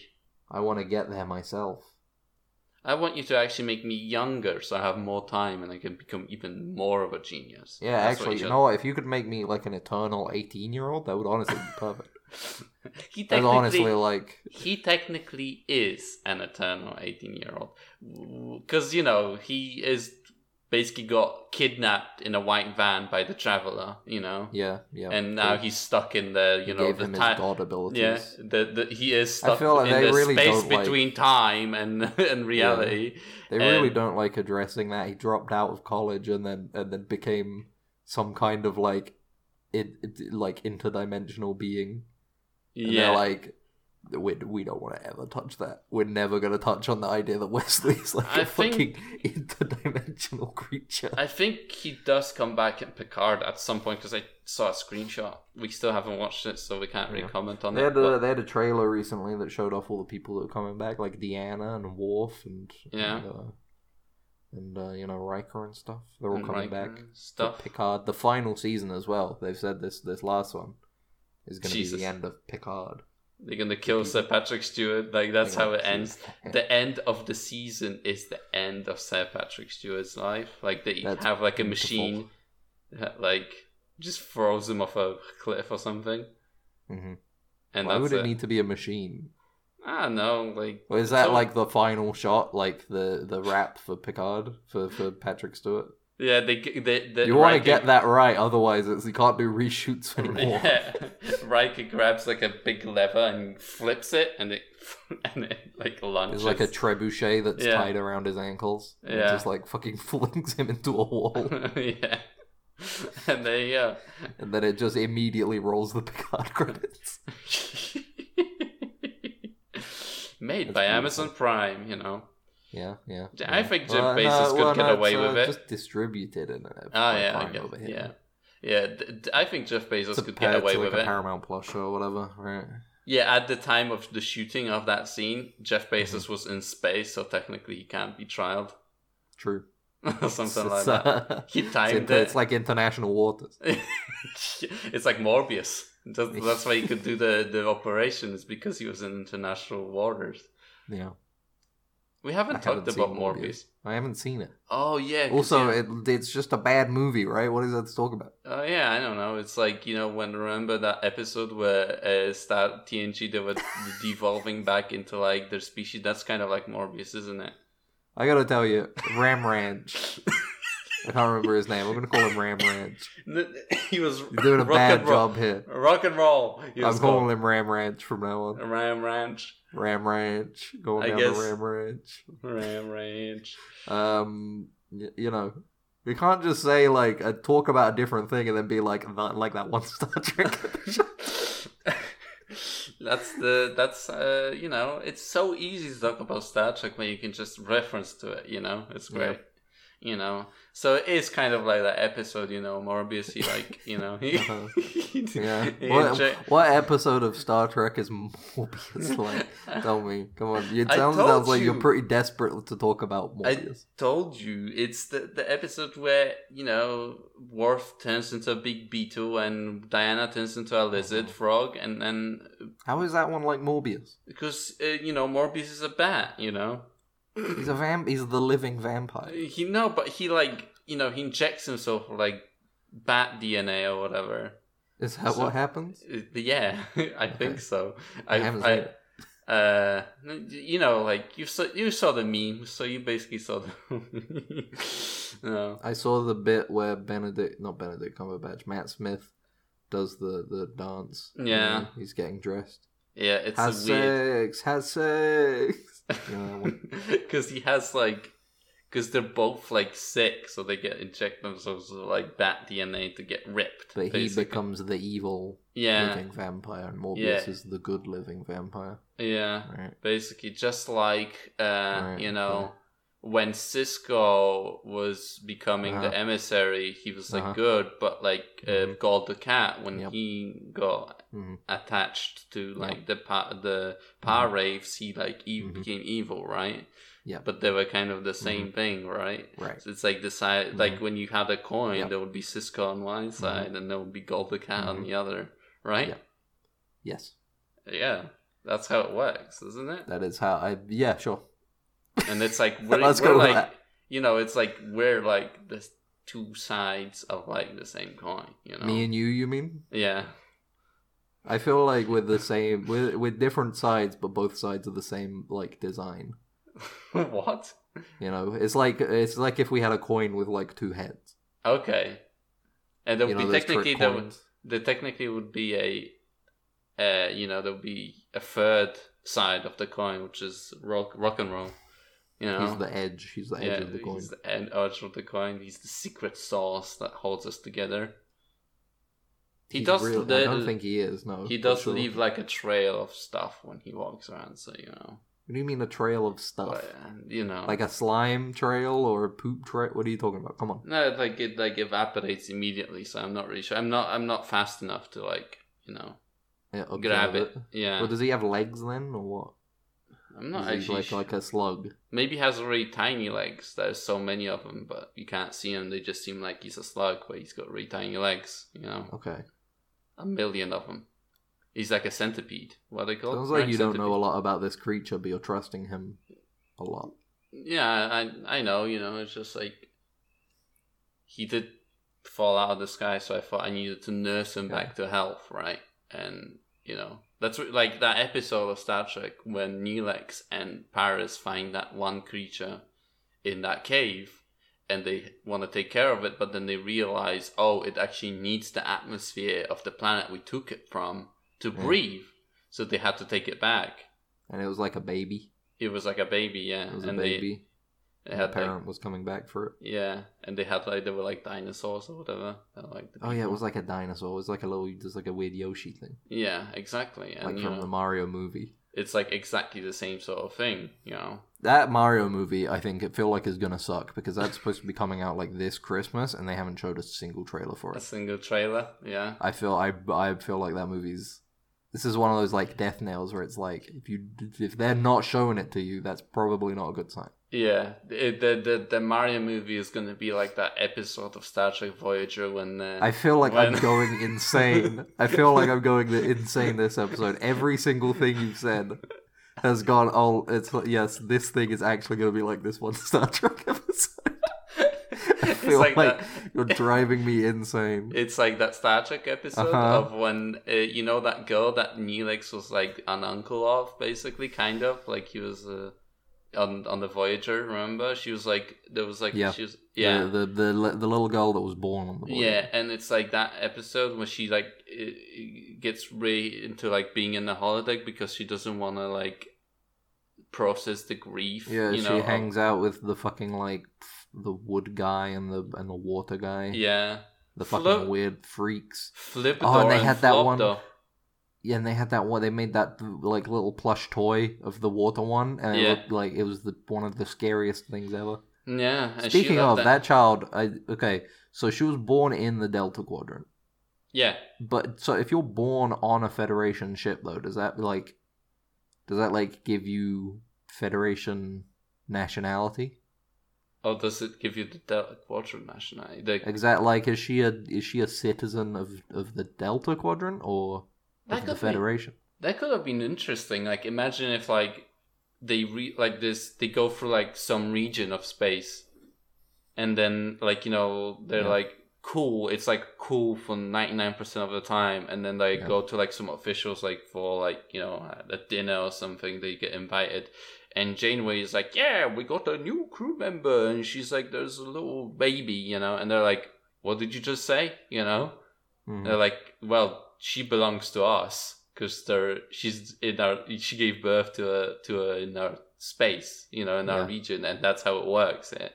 Speaker 3: I want to get there myself.
Speaker 2: I want you to actually make me younger so I have more time and I can become even more of a genius.
Speaker 3: Yeah,
Speaker 2: That's what
Speaker 3: actually, you
Speaker 2: should-
Speaker 3: know what? If you could make me like an eternal 18 year old, that would honestly be perfect.
Speaker 2: he
Speaker 3: That's honestly
Speaker 2: technically
Speaker 3: like.
Speaker 2: he technically is an eternal 18 year old because you know he is basically got kidnapped in a white van by the traveler you know
Speaker 3: Yeah, yeah.
Speaker 2: and now he's stuck in the you know
Speaker 3: gave
Speaker 2: the
Speaker 3: him
Speaker 2: ti-
Speaker 3: his god abilities.
Speaker 2: yeah the, the, he is stuck
Speaker 3: feel like
Speaker 2: in
Speaker 3: they
Speaker 2: the
Speaker 3: really
Speaker 2: space
Speaker 3: don't, like-
Speaker 2: between time and and reality
Speaker 3: They really
Speaker 2: and-
Speaker 3: don't like addressing that. He dropped out of college and then and then became some kind of like it, it like interdimensional being. And
Speaker 2: yeah
Speaker 3: they're like we, we don't want to ever touch that. We're never going to touch on the idea that Wesley's like a
Speaker 2: I think-
Speaker 3: fucking interdimensional creature.
Speaker 2: I think he does come back in Picard at some point because I saw a screenshot. We still haven't watched it, so we can't really
Speaker 3: Yeah.
Speaker 2: comment on
Speaker 3: They
Speaker 2: that.
Speaker 3: had, a, they had a trailer recently that showed off all the people that were coming back, like Deanna and Worf and
Speaker 2: Yeah.
Speaker 3: and, uh, and uh, you know Riker and stuff. They're all coming back. for
Speaker 2: Stuff.
Speaker 3: Picard, the final season as well. They've said this this last one is going to be
Speaker 2: Jesus.
Speaker 3: the end of Picard.
Speaker 2: They're gonna kill Sir Patrick Stewart. Like that's
Speaker 3: Hang
Speaker 2: how
Speaker 3: on,
Speaker 2: it
Speaker 3: jeez.
Speaker 2: ends. The end of the season is the end of Sir Patrick Stewart's life. Like they
Speaker 3: That's
Speaker 2: have like a
Speaker 3: beautiful.
Speaker 2: machine, that, like just throws him off a cliff or something,
Speaker 3: Mhm.
Speaker 2: and
Speaker 3: Why
Speaker 2: that's
Speaker 3: would it
Speaker 2: it.
Speaker 3: need to be a machine?
Speaker 2: I don't know. Like
Speaker 3: Or is that
Speaker 2: So-
Speaker 3: like the final shot, like the the rap for Picard for for Patrick Stewart?
Speaker 2: yeah, they g- they, they
Speaker 3: you want to
Speaker 2: Riker-
Speaker 3: get that right, otherwise it's you can't do reshoots anymore.
Speaker 2: Yeah. Riker grabs like a big lever and flips it, and it and it like launches.
Speaker 3: It's like a trebuchet that's
Speaker 2: Yeah.
Speaker 3: tied around his ankles. and
Speaker 2: Yeah.
Speaker 3: just like fucking flings him into a wall,
Speaker 2: yeah, and there you go.
Speaker 3: and then it just immediately rolls the Picard credits.
Speaker 2: Made
Speaker 3: That's
Speaker 2: by
Speaker 3: beautiful.
Speaker 2: Amazon Prime, you know.
Speaker 3: Yeah, yeah.
Speaker 2: I
Speaker 3: yeah.
Speaker 2: think Jeff Bezos could get
Speaker 3: it's, uh,
Speaker 2: away with it.
Speaker 3: Just distributed in it.
Speaker 2: Oh
Speaker 3: by
Speaker 2: yeah, I
Speaker 3: Prime
Speaker 2: guess,
Speaker 3: over here.
Speaker 2: yeah, yeah. th- th- I think Jeff
Speaker 3: It's a
Speaker 2: Bezos could
Speaker 3: par-
Speaker 2: get away
Speaker 3: to, like
Speaker 2: with
Speaker 3: a
Speaker 2: it.
Speaker 3: Paramount Plus show or whatever, right?
Speaker 2: Yeah, at the time of the shooting of that scene, Jeff
Speaker 3: Mm-hmm.
Speaker 2: Bezos was in space, so technically he can't be trialed
Speaker 3: True.
Speaker 2: or something like
Speaker 3: It's,
Speaker 2: that.
Speaker 3: uh,
Speaker 2: He
Speaker 3: it's,
Speaker 2: timed
Speaker 3: inter-
Speaker 2: it.
Speaker 3: it's like international waters.
Speaker 2: it's like Morbius. That's, that's why he could do the the operation is because he was in international waters.
Speaker 3: Yeah,
Speaker 2: We haven't
Speaker 3: I
Speaker 2: talked
Speaker 3: haven't seen
Speaker 2: about Morbius.
Speaker 3: Morbius. I haven't seen it.
Speaker 2: Oh yeah. 'cause
Speaker 3: Also,
Speaker 2: you-
Speaker 3: it, it's just a bad movie, right? What is that to talk about?
Speaker 2: Oh yeah, I don't know. It's like you know when remember that episode where uh, Star TNG they were devolving back into like their species. That's kind of like Morbius, isn't it?
Speaker 3: I gotta tell you, Ram Ranch. I can't remember his name. I'm gonna call him Ram Ranch.
Speaker 2: N- He was
Speaker 3: You're doing a
Speaker 2: rock
Speaker 3: bad
Speaker 2: and roll.
Speaker 3: job here.
Speaker 2: Rock and roll. He
Speaker 3: I'm
Speaker 2: was
Speaker 3: calling
Speaker 2: called
Speaker 3: him Ram Ranch from now on.
Speaker 2: Ram Ranch.
Speaker 3: Ram Ranch, going
Speaker 2: I
Speaker 3: down
Speaker 2: guess-
Speaker 3: to Ram Ranch.
Speaker 2: Ram Ranch.
Speaker 3: um y- you know you can't just say like uh, talk about a different thing and then be like that like that one star trek
Speaker 2: that's the that's uh you know it's so easy to talk about Star Trek when you can just reference to it you know it's
Speaker 3: Yeah.
Speaker 2: great you know so it is kind of like that episode you know Morbius he like you know he,
Speaker 3: Uh-huh.
Speaker 2: he-
Speaker 3: yeah
Speaker 2: he
Speaker 3: what,
Speaker 2: inject-
Speaker 3: what episode of star trek is morbius like tell me come on it
Speaker 2: I
Speaker 3: sounds,
Speaker 2: told
Speaker 3: sounds like you're
Speaker 2: you.
Speaker 3: pretty desperate to talk about
Speaker 2: I
Speaker 3: morbius
Speaker 2: told you it's the the episode where you know Worf turns into a big beetle and Diana turns into a lizard
Speaker 3: Mhm.
Speaker 2: frog and then
Speaker 3: how is that one like morbius
Speaker 2: because uh, you know Morbius is a bat you know
Speaker 3: he's a vamp he's the living vampire
Speaker 2: He no, but he like you know he injects himself with, like bat DNA or whatever.
Speaker 3: is that
Speaker 2: So-
Speaker 3: what happens
Speaker 2: Uh, Yeah, I
Speaker 3: Okay.
Speaker 2: think so.
Speaker 3: I
Speaker 2: I,
Speaker 3: haven't
Speaker 2: I,
Speaker 3: seen it.
Speaker 2: uh, you know, like you saw you saw the meme, so you basically saw the. no.
Speaker 3: I saw the bit where Benedict, not Benedict Cumberbatch, Matt Smith does the the dance. you
Speaker 2: Yeah.
Speaker 3: know, he's getting dressed.
Speaker 2: Yeah, it's
Speaker 3: has
Speaker 2: a weird
Speaker 3: sex, has sex. You know, that
Speaker 2: because he has like because they're both like sick, so they get inject themselves with, like bat DNA to get ripped.
Speaker 3: but he
Speaker 2: basically.
Speaker 3: becomes the evil
Speaker 2: yeah,
Speaker 3: living vampire, and Morbius
Speaker 2: Yeah.
Speaker 3: is the good living vampire.
Speaker 2: yeah.
Speaker 3: Right?
Speaker 2: basically just like uh,
Speaker 3: Right,
Speaker 2: you know when cisco was becoming
Speaker 3: Uh-huh.
Speaker 2: the emissary he was like
Speaker 3: Uh-huh.
Speaker 2: good but like uh,
Speaker 3: Mhm.
Speaker 2: gold the cat when
Speaker 3: Yep.
Speaker 2: he got
Speaker 3: Mhm.
Speaker 2: attached to
Speaker 3: Yep.
Speaker 2: like the pa- the power raves he like e-
Speaker 3: Mhm.
Speaker 2: became evil right
Speaker 3: Yep. Mm-hmm.
Speaker 2: but they were kind of the same thing right
Speaker 3: Right.
Speaker 2: so it's like the side like
Speaker 3: Mhm.
Speaker 2: when you had a coin
Speaker 3: Yep.
Speaker 2: there would be cisco on one side and there would be gold the cat on
Speaker 3: Mhm.
Speaker 2: the other right
Speaker 3: Yep. Yes,
Speaker 2: yeah that's how it works isn't it
Speaker 3: that is how I. Yeah, sure.
Speaker 2: and it's like we're,
Speaker 3: Let's
Speaker 2: we're
Speaker 3: go with
Speaker 2: like
Speaker 3: that.
Speaker 2: you know, it's like we're like the two sides of like the same coin. You know,
Speaker 3: Me and you, you mean?
Speaker 2: yeah,
Speaker 3: I feel like with the same with with different sides, but both sides are the same like design.
Speaker 2: what?
Speaker 3: You know, it's like it's like if we had a coin with like two heads.
Speaker 2: Okay, and there
Speaker 3: you
Speaker 2: would
Speaker 3: know,
Speaker 2: be
Speaker 3: those
Speaker 2: technically
Speaker 3: trick
Speaker 2: there would
Speaker 3: coins.
Speaker 2: there technically would be a, uh, you know, there'll be a third side of the coin, which is rock rock and roll. You know,
Speaker 3: He's the edge. He's the edge
Speaker 2: yeah,
Speaker 3: of the coin.
Speaker 2: he's the end edge of the coin. He's the secret sauce that holds us together. He
Speaker 3: He's
Speaker 2: does.
Speaker 3: real-
Speaker 2: the,
Speaker 3: I don't think he is. No,
Speaker 2: he
Speaker 3: Oh, for
Speaker 2: does
Speaker 3: sure.
Speaker 2: leave like a trail of stuff when he walks around. So you know,
Speaker 3: What do you mean a trail of stuff?
Speaker 2: but, uh, you know,
Speaker 3: Like a slime trail or a poop trail? What are you talking about? Come on.
Speaker 2: no, it, like it like evaporates immediately. So I'm not really sure. I'm not. I'm not fast enough to like you know
Speaker 3: Yeah, observe
Speaker 2: grab it. Yeah,
Speaker 3: Well, does he have legs then, or what?
Speaker 2: I'm not
Speaker 3: Is he
Speaker 2: actually.
Speaker 3: like
Speaker 2: sure.
Speaker 3: like a slug?
Speaker 2: Maybe he has really tiny legs. There's so many of them, but you can't see him. They just seem like he's a slug, but he's got really tiny legs. You know.
Speaker 3: Okay.
Speaker 2: a million of them. He's like a centipede. What are they called?
Speaker 3: Sounds like
Speaker 2: Right,
Speaker 3: you don't know a
Speaker 2: centipede.
Speaker 3: lot about this creature, but you're trusting him a lot.
Speaker 2: Yeah, I I know. You know, it's just like he did fall out of the sky, so I thought I needed to nurse him back to health, right? And you know, that's what, like that episode of Star Trek when Neelix and Paris find that one creature in that cave. And they want to take care of it, but then they realize, oh, it actually needs the atmosphere of the planet we took it from to
Speaker 3: Yeah.
Speaker 2: breathe. So they had to take it back.
Speaker 3: And it was like a baby.
Speaker 2: It was like a baby, yeah.
Speaker 3: It was
Speaker 2: and
Speaker 3: a
Speaker 2: they-
Speaker 3: baby.
Speaker 2: They,
Speaker 3: and
Speaker 2: had
Speaker 3: the
Speaker 2: like,
Speaker 3: parent was coming back for it.
Speaker 2: yeah, and they had like they were like dinosaurs or whatever. They were, like the
Speaker 3: Oh yeah, it
Speaker 2: people.
Speaker 3: was like a dinosaur. It was like a little, just like a weird Yoshi thing,
Speaker 2: yeah, exactly. And
Speaker 3: like
Speaker 2: you
Speaker 3: from
Speaker 2: know,
Speaker 3: the Mario movie.
Speaker 2: it's like exactly the same sort of thing, you know.
Speaker 3: That Mario movie, I think, it feel like is gonna suck because that's supposed to be coming out like this Christmas, and they haven't showed a single trailer for
Speaker 2: A
Speaker 3: it.
Speaker 2: single trailer, yeah.
Speaker 3: I feel, I, I feel like that movie's. This is one of those like death nails where it's like if you if they're not showing it to you, that's probably not a good sign.
Speaker 2: Yeah, it, the the the Mario movie is gonna be like that episode of Star Trek Voyager when uh,
Speaker 3: I feel like I'm
Speaker 2: when-
Speaker 3: going insane. I feel like I'm going the insane this episode. Every single thing you've said has gone. Oh, it's yes. This thing is actually going to be like this one Star Trek episode. I
Speaker 2: it's
Speaker 3: feel like,
Speaker 2: that,
Speaker 3: you're driving me insane.
Speaker 2: It's like that Star Trek episode
Speaker 3: Uh-huh.
Speaker 2: of when uh, you know that girl that Neelix was like an uncle of, basically, kind of like he was uh, on on the Voyager. Remember, she was like there was like
Speaker 3: Yeah.
Speaker 2: she was
Speaker 3: The,
Speaker 2: yeah
Speaker 3: the the li- the little girl that was born on the board.
Speaker 2: yeah, and it's like that episode where she like i- gets really into like being in the holodeck because she doesn't want to like process the grief.
Speaker 3: Yeah,
Speaker 2: you
Speaker 3: she
Speaker 2: know, oh. of-
Speaker 3: hangs out with the fucking like pff, the wood guy and the and the water guy.
Speaker 2: Yeah,
Speaker 3: the fucking
Speaker 2: Flo-
Speaker 3: weird freaks.
Speaker 2: Flipidor
Speaker 3: Oh, and they had that one-
Speaker 2: Flopdor.
Speaker 3: Yeah, and they had that one. They made that like little plush toy of the water one, and
Speaker 2: Yeah.
Speaker 3: it looked like it was the one of the scariest things ever.
Speaker 2: Yeah, and she
Speaker 3: Speaking
Speaker 2: loved
Speaker 3: of that. child, I okay, so she was born in the Delta Quadrant,
Speaker 2: yeah,
Speaker 3: but so if you're born on a Federation ship, though, does that like, does that like give you Federation nationality?
Speaker 2: Oh, does it give you the Delta Quadrant nationality? The,
Speaker 3: Exact like is she a is she a citizen of of the Delta Quadrant or
Speaker 2: That
Speaker 3: of the
Speaker 2: could be.
Speaker 3: Federation?
Speaker 2: that could have been interesting. Like, imagine if like they re like this, they go through like some region of space, and then like you know they're
Speaker 3: Yeah.
Speaker 2: like cool. It's like cool for ninety nine percent of the time, and then they
Speaker 3: Yeah.
Speaker 2: go to like some officials like for like you know a dinner or something. They get invited. And Janeway is like, "Yeah, we got a new crew member," and she's like, "There's a little baby," you know. And they're like, "What did you just say?" You know.
Speaker 3: Mhm.
Speaker 2: They're like, well, she belongs to us because they're she's in our she gave birth to a to a in our space, you know, in our
Speaker 3: Yeah.
Speaker 2: region, and that's how it works. eh?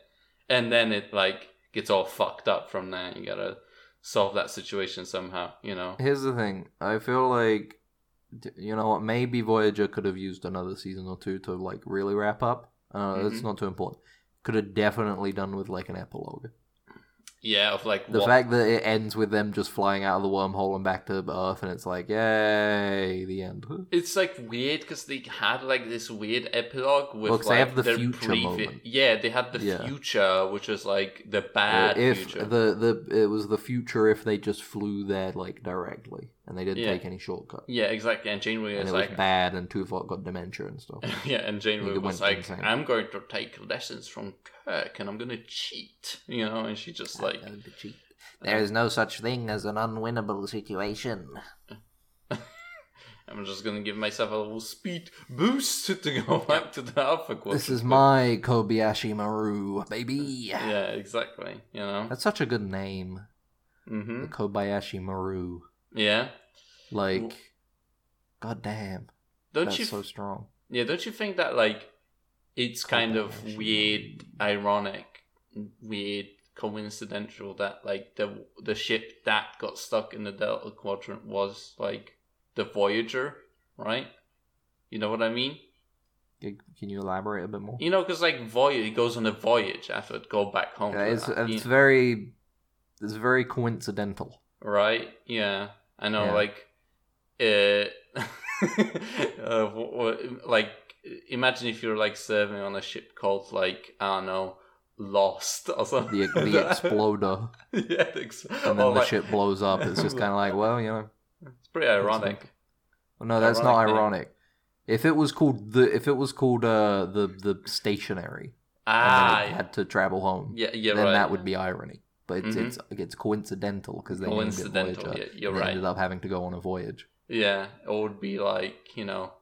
Speaker 2: And then it like gets all fucked up from there. You gotta solve that situation somehow, you know.
Speaker 3: Here's the thing. I feel like d- you know what? Maybe Voyager could have used another season or two to like really wrap up. Uh, It's
Speaker 2: Mhm.
Speaker 3: not too important. Could have definitely done with like an epilogue.
Speaker 2: Yeah, of like
Speaker 3: The
Speaker 2: what-
Speaker 3: fact that it ends with them just flying out of the wormhole and back to Earth, and it's like, yay, the end.
Speaker 2: It's like weird because they had like this weird epilogue with
Speaker 3: Well, 'cause
Speaker 2: like
Speaker 3: they have the
Speaker 2: their
Speaker 3: future
Speaker 2: previ-
Speaker 3: moment.
Speaker 2: Yeah, they had the
Speaker 3: Yeah.
Speaker 2: future, which was like the bad
Speaker 3: if
Speaker 2: future.
Speaker 3: the the it was the future if they just flew there like directly, and they didn't
Speaker 2: Yeah.
Speaker 3: take any shortcut.
Speaker 2: Yeah, exactly. And Janeway
Speaker 3: and
Speaker 2: is
Speaker 3: it
Speaker 2: like,
Speaker 3: was bad, and Tuvok got dementia and stuff.
Speaker 2: yeah, and Janeway
Speaker 3: Nigga
Speaker 2: was
Speaker 3: went
Speaker 2: like,
Speaker 3: insane.
Speaker 2: I'm going to take lessons from Kirk, and I'm going to cheat, you know. And she just like,
Speaker 3: Known to cheat. There is no such thing as an unwinnable situation.
Speaker 2: I'm just going to give myself a little speed boost to go back to the Alpha Quadrant.
Speaker 3: This is my Kobayashi Maru, baby.
Speaker 2: Yeah, exactly. You know.
Speaker 3: That's such a good name,
Speaker 2: hmm
Speaker 3: the Kobayashi Maru.
Speaker 2: Yeah.
Speaker 3: Like,
Speaker 2: Well,
Speaker 3: god damn,
Speaker 2: Don't
Speaker 3: that's
Speaker 2: you?
Speaker 3: so strong.
Speaker 2: Yeah, don't you think that like it's kind of
Speaker 3: Kobayashi.
Speaker 2: weird, ironic, weird, coincidental that like the the ship that got stuck in the Delta Quadrant was like the Voyager, right? You know what I mean?
Speaker 3: Can can you elaborate a bit more?
Speaker 2: You know, because like Voyager, it goes on a voyage after it go back home.
Speaker 3: Yeah,
Speaker 2: for
Speaker 3: it's
Speaker 2: that,
Speaker 3: it's
Speaker 2: you-
Speaker 3: very, it's very coincidental.
Speaker 2: right? Yeah, I know.
Speaker 3: Yeah.
Speaker 2: Like, uh, uh, w- w- like imagine if you're like serving on a ship called like I don't know, Lost or something.
Speaker 3: The the exploder,
Speaker 2: yeah, the ex-
Speaker 3: and then
Speaker 2: or,
Speaker 3: the
Speaker 2: like-
Speaker 3: ship blows up. It's just kind of like, well, you know.
Speaker 2: It's pretty ironic.
Speaker 3: Well, no, that's
Speaker 2: Ironic
Speaker 3: not
Speaker 2: name.
Speaker 3: ironic. If it was called the if it was called uh the the stationary
Speaker 2: Ah,
Speaker 3: and then it had to travel home,
Speaker 2: yeah, yeah,
Speaker 3: then
Speaker 2: right.
Speaker 3: that would be irony. But it's
Speaker 2: Mhm.
Speaker 3: it's it's coincidental because they named it
Speaker 2: coincidental.
Speaker 3: Voyager.
Speaker 2: Yeah, you're
Speaker 3: and they
Speaker 2: right.
Speaker 3: ended up having to go on a voyage.
Speaker 2: yeah, it would be like you know,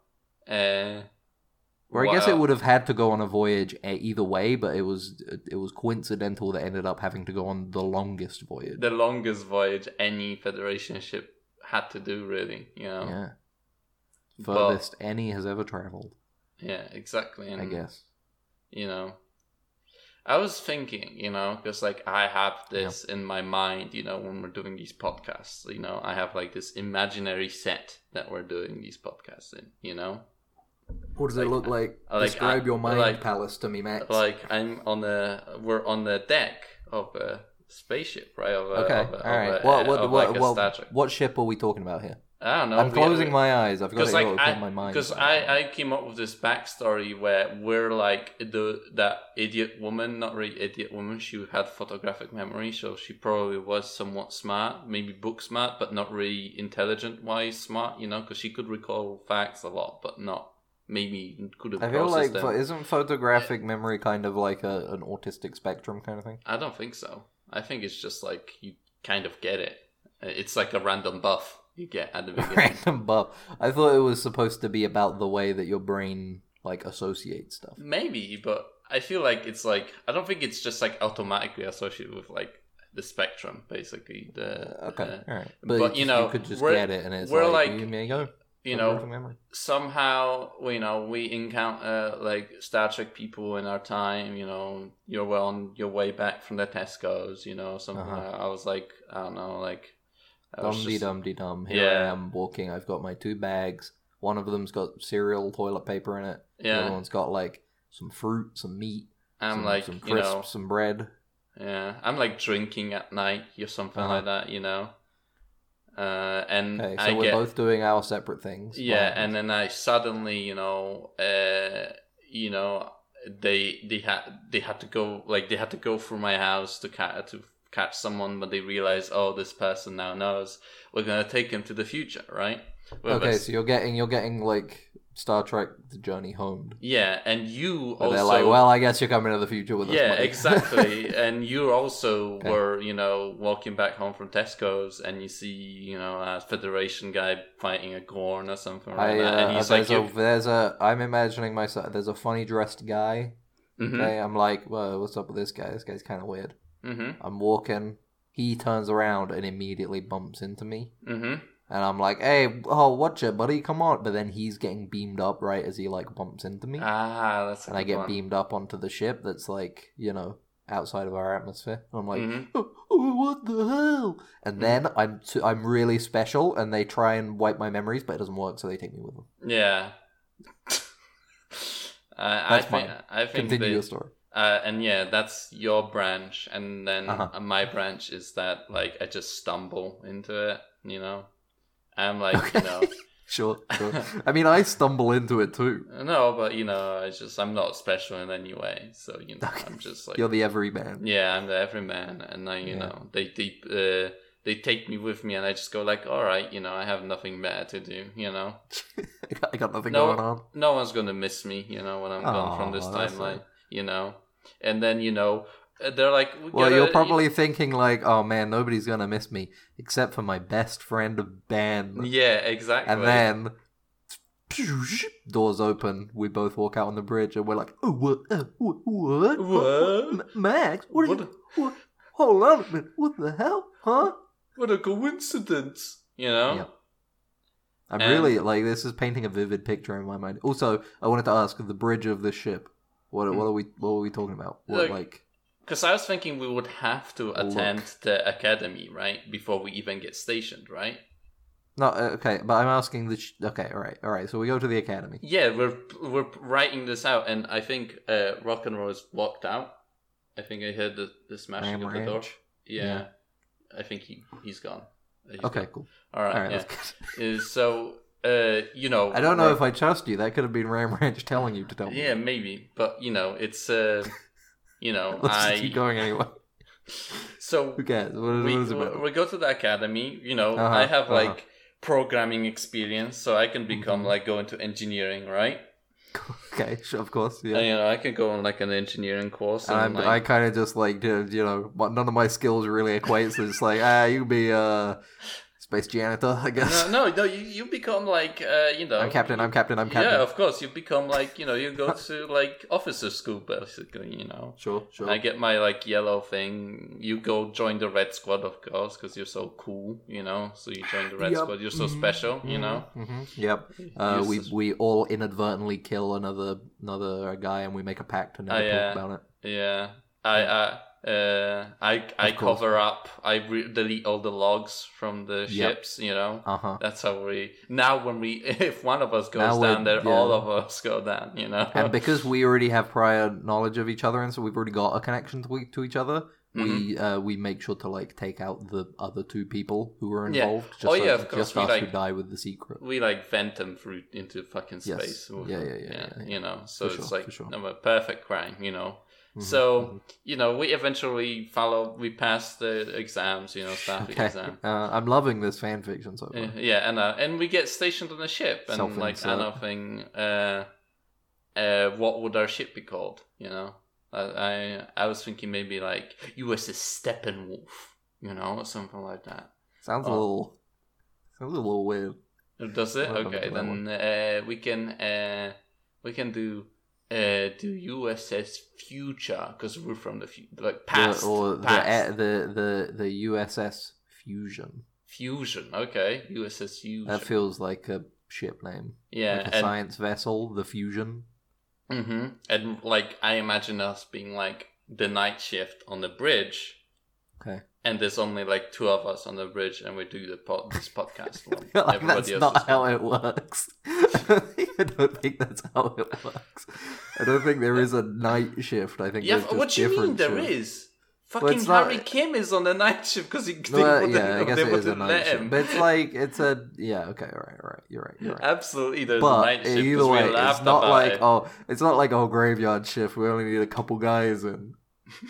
Speaker 2: uh,
Speaker 3: Or I guess
Speaker 2: Wow.
Speaker 3: it would have had to go on a voyage e- either way, but it was it was coincidental that ended up having to go on the longest voyage.
Speaker 2: the longest voyage any Federation ship had to do, really. You know,
Speaker 3: yeah,
Speaker 2: But-
Speaker 3: furthest any has ever traveled.
Speaker 2: yeah, exactly. And
Speaker 3: I guess.
Speaker 2: you know i was thinking you know because like i have this in my mind you know when we're doing these podcasts you know i have like this imaginary set that we're doing these podcasts in you know
Speaker 3: What does
Speaker 2: it Like, look
Speaker 3: like?
Speaker 2: I- like, Describe I- your mind like-
Speaker 3: palace to me, Max.
Speaker 2: like i'm on a we're on the deck of a spaceship right of a,
Speaker 3: Okay,
Speaker 2: uh, of a,
Speaker 3: all right.
Speaker 2: of a,
Speaker 3: what,
Speaker 2: of
Speaker 3: what,
Speaker 2: like
Speaker 3: what,
Speaker 2: a Star
Speaker 3: what,
Speaker 2: Trek.
Speaker 3: what ship are we talking about here?
Speaker 2: i don't know
Speaker 3: I'm
Speaker 2: we-
Speaker 3: closing my eyes. I've got
Speaker 2: because
Speaker 3: it
Speaker 2: like
Speaker 3: all
Speaker 2: I,
Speaker 3: in my mind.
Speaker 2: Because I, I came up with this backstory where we're like the that idiot woman, not really idiot woman. She had photographic memory, so she probably was somewhat smart, maybe book smart, but not really intelligent wise smart. You know, because she could recall facts a lot, but not maybe couldn't
Speaker 3: I feel
Speaker 2: process
Speaker 3: like
Speaker 2: them.
Speaker 3: pho- isn't photographic memory kind of like a, an autistic spectrum kind of thing?
Speaker 2: I don't think so. I think it's just like you kind of get it. It's like a random buff you get at the beginning.
Speaker 3: Random buff. I thought it was supposed to be about the way that your brain like associates stuff.
Speaker 2: Maybe, but I feel like it's like I don't think it's just like automatically associated with like the spectrum, basically. The
Speaker 3: Okay,
Speaker 2: uh,
Speaker 3: all right.
Speaker 2: but,
Speaker 3: it's
Speaker 2: you
Speaker 3: just-
Speaker 2: know,
Speaker 3: you could just
Speaker 2: we're-
Speaker 3: get it, and it's
Speaker 2: we're
Speaker 3: like,
Speaker 2: like,
Speaker 3: you may go.
Speaker 2: you know,
Speaker 3: photographic memory.
Speaker 2: somehow you know we encounter like Star Trek people in our time. You know, you're well on your way back from the Tesco's. You know, something.
Speaker 3: Uh-huh.
Speaker 2: like- I was like, I don't know, like. I was
Speaker 3: Dum dee
Speaker 2: just-
Speaker 3: dum dee dum. Here
Speaker 2: Yeah.
Speaker 3: I am walking. I've got my two bags. One of them's got cereal, toilet paper in it. The other
Speaker 2: Yeah,
Speaker 3: one's got like some fruit, some meat,
Speaker 2: I'm
Speaker 3: some,
Speaker 2: like,
Speaker 3: some
Speaker 2: you
Speaker 3: crisps,
Speaker 2: know,
Speaker 3: some bread.
Speaker 2: yeah, I'm like drinking at night or something
Speaker 3: Uh-huh.
Speaker 2: like that, you know. Uh, and
Speaker 3: Okay, so
Speaker 2: I
Speaker 3: we're
Speaker 2: get,
Speaker 3: both doing our separate things.
Speaker 2: yeah
Speaker 3: Wow.
Speaker 2: and then i suddenly you know uh you know they they had they had to go like they had to go through my house to catch to catch someone but they realized oh this person now knows we're gonna take him to the future right With
Speaker 3: okay,
Speaker 2: us.
Speaker 3: so you're getting you're getting like Star Trek: The Journey homed.
Speaker 2: yeah and you
Speaker 3: Where
Speaker 2: also
Speaker 3: they're like, well, I guess you're coming to the future with us.
Speaker 2: yeah
Speaker 3: buddy."
Speaker 2: exactly and you also
Speaker 3: Okay.
Speaker 2: were you know walking back home from tesco's and you see you know a federation guy fighting a gorn or something like
Speaker 3: I,
Speaker 2: that
Speaker 3: uh,
Speaker 2: and he's like
Speaker 3: there's,
Speaker 2: you,
Speaker 3: a, there's a I'm imagining myself. There's a funny dressed guy.
Speaker 2: Mhm,
Speaker 3: Okay, I'm like, well, what's up with this guy? This guy's kind of weird.
Speaker 2: mhm,
Speaker 3: I'm walking. He turns around and immediately bumps into me.
Speaker 2: mhm.
Speaker 3: And I'm like, hey, oh, watch it, buddy, come on. But then he's getting beamed up right as he like bumps into me.
Speaker 2: Ah, that's a
Speaker 3: and I
Speaker 2: good
Speaker 3: get
Speaker 2: one.
Speaker 3: beamed up onto the ship that's like, you know, outside of our atmosphere. And I'm like,
Speaker 2: Mhm.
Speaker 3: oh, oh, what the hell?
Speaker 2: Hmm.
Speaker 3: And then I'm t- I'm really special and they try and wipe my memories, but it doesn't work, so they take me with them.
Speaker 2: Yeah. I, I
Speaker 3: That's
Speaker 2: think
Speaker 3: mine.
Speaker 2: I think
Speaker 3: Continue your
Speaker 2: that,
Speaker 3: story.
Speaker 2: uh, and yeah, that's your branch, and then
Speaker 3: Uh-huh.
Speaker 2: uh, my branch is that like I just stumble into it, you know. I'm like, you know,
Speaker 3: Sure, sure. I mean, I stumble into it too.
Speaker 2: no, but you know, I just I'm not special in any way, so you know,
Speaker 3: Okay.
Speaker 2: I'm just like,
Speaker 3: You're the everyman.
Speaker 2: yeah, I'm the everyman, and I, you
Speaker 3: Yeah.
Speaker 2: know, they they uh, they take me with me, and I just go like, all right, you know, I have nothing better to do, you know.
Speaker 3: I got, I got nothing
Speaker 2: No.
Speaker 3: going on.
Speaker 2: No one's gonna miss me, you know, when I'm gone from this
Speaker 3: Aw, that's
Speaker 2: timeline,
Speaker 3: a-
Speaker 2: you know. And then you know, uh, they're like, we
Speaker 3: Well,
Speaker 2: gotta-
Speaker 3: you're probably thinking like, "Oh man, nobody's gonna miss me except for my best friend Ben."
Speaker 2: e-, yeah, exactly.
Speaker 3: And then doors open. We both walk out on the bridge, and we're like, "Oh, what? Uh, what? What?
Speaker 2: What?
Speaker 3: M- Max? What?
Speaker 2: What
Speaker 3: what?
Speaker 2: a-
Speaker 3: what? Hold on a minute. What the hell? Huh?"
Speaker 2: what a coincidence, you know.
Speaker 3: Yeah. I'm
Speaker 2: And-
Speaker 3: really like this is painting a vivid picture in my mind. Also, I wanted to ask the bridge of the ship. What? What are we? What are we talking about? What,
Speaker 2: Hmm. Look,
Speaker 3: like,
Speaker 2: Because I was thinking we would have to attend
Speaker 3: Look.
Speaker 2: the academy, right? Before we even get stationed, right?
Speaker 3: no, uh, okay, but I'm asking the. Sh- okay, all right, all right. So we go to the academy.
Speaker 2: Yeah, we're we're writing this out, and I think uh, rock and roll is locked out. I think I heard the, the smashing
Speaker 3: Ram
Speaker 2: of the door.
Speaker 3: Ranch?
Speaker 2: Yeah,
Speaker 3: Yeah.
Speaker 2: I think he he's gone. He's
Speaker 3: Okay,
Speaker 2: gone.
Speaker 3: cool.
Speaker 2: all right.
Speaker 3: All right,
Speaker 2: yeah.
Speaker 3: that's good.
Speaker 2: Uh, so uh, you know,
Speaker 3: I don't know
Speaker 2: we're-
Speaker 3: if I trust you. That could have been Ram Ranch telling you to tell me.
Speaker 2: Yeah, maybe, but you know, it's uh, you know,
Speaker 3: Let's just keep
Speaker 2: I
Speaker 3: going anyway.
Speaker 2: so
Speaker 3: Who cares? What,
Speaker 2: we,
Speaker 3: what is it about?
Speaker 2: we go to the academy you know
Speaker 3: Uh-huh,
Speaker 2: i have
Speaker 3: uh-huh.
Speaker 2: like programming experience so i can become
Speaker 3: Mhm.
Speaker 2: like go into engineering right
Speaker 3: okay, sure, of course. Yeah.
Speaker 2: And, you know i can go on like an engineering course
Speaker 3: and
Speaker 2: and,
Speaker 3: I'm, I
Speaker 2: like,
Speaker 3: kind of just like, dude, you know, but none of my skills really equate. So it's like, ah, you be uh, space janitor, I guess.
Speaker 2: no no no you, you become like uh, you know
Speaker 3: I'm captain. I'm captain. I'm captain.
Speaker 2: yeah of course you become like you know you go to like officer school basically you know
Speaker 3: Sure, sure.
Speaker 2: I get my like yellow thing. You go join the red squad, of course, because you're so cool, you know. So you join the red
Speaker 3: Yup.
Speaker 2: squad. You're so
Speaker 3: Mhm.
Speaker 2: special, you know.
Speaker 3: hmm Yep. Uh,
Speaker 2: You're
Speaker 3: we
Speaker 2: so-
Speaker 3: we all inadvertently kill another another guy, and we make a pact to never
Speaker 2: Oh,
Speaker 3: talk
Speaker 2: yeah.
Speaker 3: about it.
Speaker 2: Yeah, I I uh, I I
Speaker 3: Of course.
Speaker 2: cover up. I re- delete all the logs from the
Speaker 3: Yep.
Speaker 2: ships. You know,
Speaker 3: Uh huh.
Speaker 2: that's how we now when we if one of us
Speaker 3: Now
Speaker 2: goes
Speaker 3: we're-
Speaker 2: down there, all
Speaker 3: yeah.
Speaker 2: of us go down. You know,
Speaker 3: and because we already have prior knowledge of each other, and so we've already got a connection to, to each other,
Speaker 2: Mm-hmm.
Speaker 3: we uh, we make sure to like take out the other two people who were
Speaker 2: Yeah.
Speaker 3: involved. Just
Speaker 2: Oh, yeah,
Speaker 3: it's
Speaker 2: of course,
Speaker 3: just
Speaker 2: we,
Speaker 3: us who
Speaker 2: like-
Speaker 3: die with the secret.
Speaker 2: we like vent them through into fucking
Speaker 3: Yes.
Speaker 2: space. with
Speaker 3: Yeah,
Speaker 2: them,
Speaker 3: yeah, yeah, yeah, yeah.
Speaker 2: You know, so
Speaker 3: For
Speaker 2: it's
Speaker 3: sure,
Speaker 2: like
Speaker 3: for sure.
Speaker 2: no, a perfect crime. You know,
Speaker 3: Mhm,
Speaker 2: so you know we eventually follow. We pass the exams. You know,
Speaker 3: mhm.
Speaker 2: staff
Speaker 3: okay.
Speaker 2: exam.
Speaker 3: Uh, I'm loving this fan fiction so far.
Speaker 2: Uh, yeah, and uh, and we get stationed on a ship, and like
Speaker 3: Self-insert.
Speaker 2: another thing, uh, uh, what would our ship be called? You know, I I, I was thinking maybe like USS Steppenwolf, you know, or something like that.
Speaker 3: Sounds a
Speaker 2: Oh.
Speaker 3: little sounds a little weird.
Speaker 2: Does it?
Speaker 3: I haven't
Speaker 2: Okay,
Speaker 3: done that
Speaker 2: then uh, we can uh, we can do uh, do USS Future because we're from the fu- like past
Speaker 3: the, or
Speaker 2: past.
Speaker 3: The, the the the USS Fusion.
Speaker 2: fusion. Okay, USS Fusion.
Speaker 3: That feels like a ship name,
Speaker 2: yeah,
Speaker 3: like a
Speaker 2: and-
Speaker 3: science vessel. The Fusion.
Speaker 2: Mm-hmm. And like I imagine us being like the night shift on the bridge,
Speaker 3: Okay,
Speaker 2: and there's only like two of us on the bridge, and we do the pod- this podcast.
Speaker 3: I
Speaker 2: One.
Speaker 3: feel like that's
Speaker 2: is
Speaker 3: not how
Speaker 2: gone.
Speaker 3: it works. I don't think that's how it works. I don't think there is a night shift. I think
Speaker 2: Yeah,
Speaker 3: there's just
Speaker 2: what do you mean
Speaker 3: different
Speaker 2: there is?
Speaker 3: shifts.
Speaker 2: Fucking
Speaker 3: it's not-
Speaker 2: Harry Kim is on the night shift because he they
Speaker 3: Well,
Speaker 2: wouldn't,
Speaker 3: yeah, I guess
Speaker 2: they
Speaker 3: it is a
Speaker 2: wouldn't
Speaker 3: night
Speaker 2: let
Speaker 3: shift,
Speaker 2: him.
Speaker 3: but it's like it's a yeah. Okay, all right, all right. You're right. You're right.
Speaker 2: Absolutely, there's a night
Speaker 3: but
Speaker 2: shift.
Speaker 3: either
Speaker 2: 'cause
Speaker 3: way,
Speaker 2: we laughed
Speaker 3: it's not
Speaker 2: about
Speaker 3: like
Speaker 2: it.
Speaker 3: oh, it's not like a whole graveyard shift. We only need a couple guys in.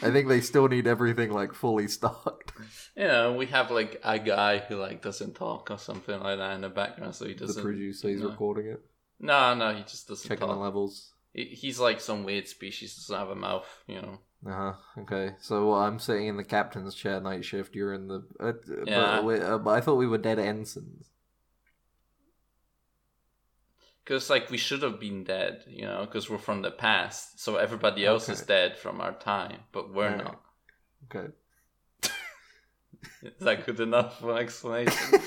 Speaker 3: I think they still need everything like fully stocked.
Speaker 2: you know, we have like a guy who like doesn't talk or something like that in the background, so he
Speaker 3: the
Speaker 2: doesn't.
Speaker 3: producer he's
Speaker 2: no.
Speaker 3: recording it,
Speaker 2: no, no, he just doesn't
Speaker 3: checking the
Speaker 2: talk.
Speaker 3: levels.
Speaker 2: He- He's like some weird species doesn't have a mouth, you know.
Speaker 3: Uh huh. Okay. So well, I'm sitting in the captain's chair night shift. You're in the. Uh, uh,
Speaker 2: Yeah.
Speaker 3: But, we, uh, but I thought we were dead ensigns.
Speaker 2: Because like we should have been dead, you know, because we're from the past. So everybody else is
Speaker 3: Okay.
Speaker 2: dead from our time, but we're
Speaker 3: Alright.
Speaker 2: not.
Speaker 3: Okay.
Speaker 2: Is that good enough for an explanation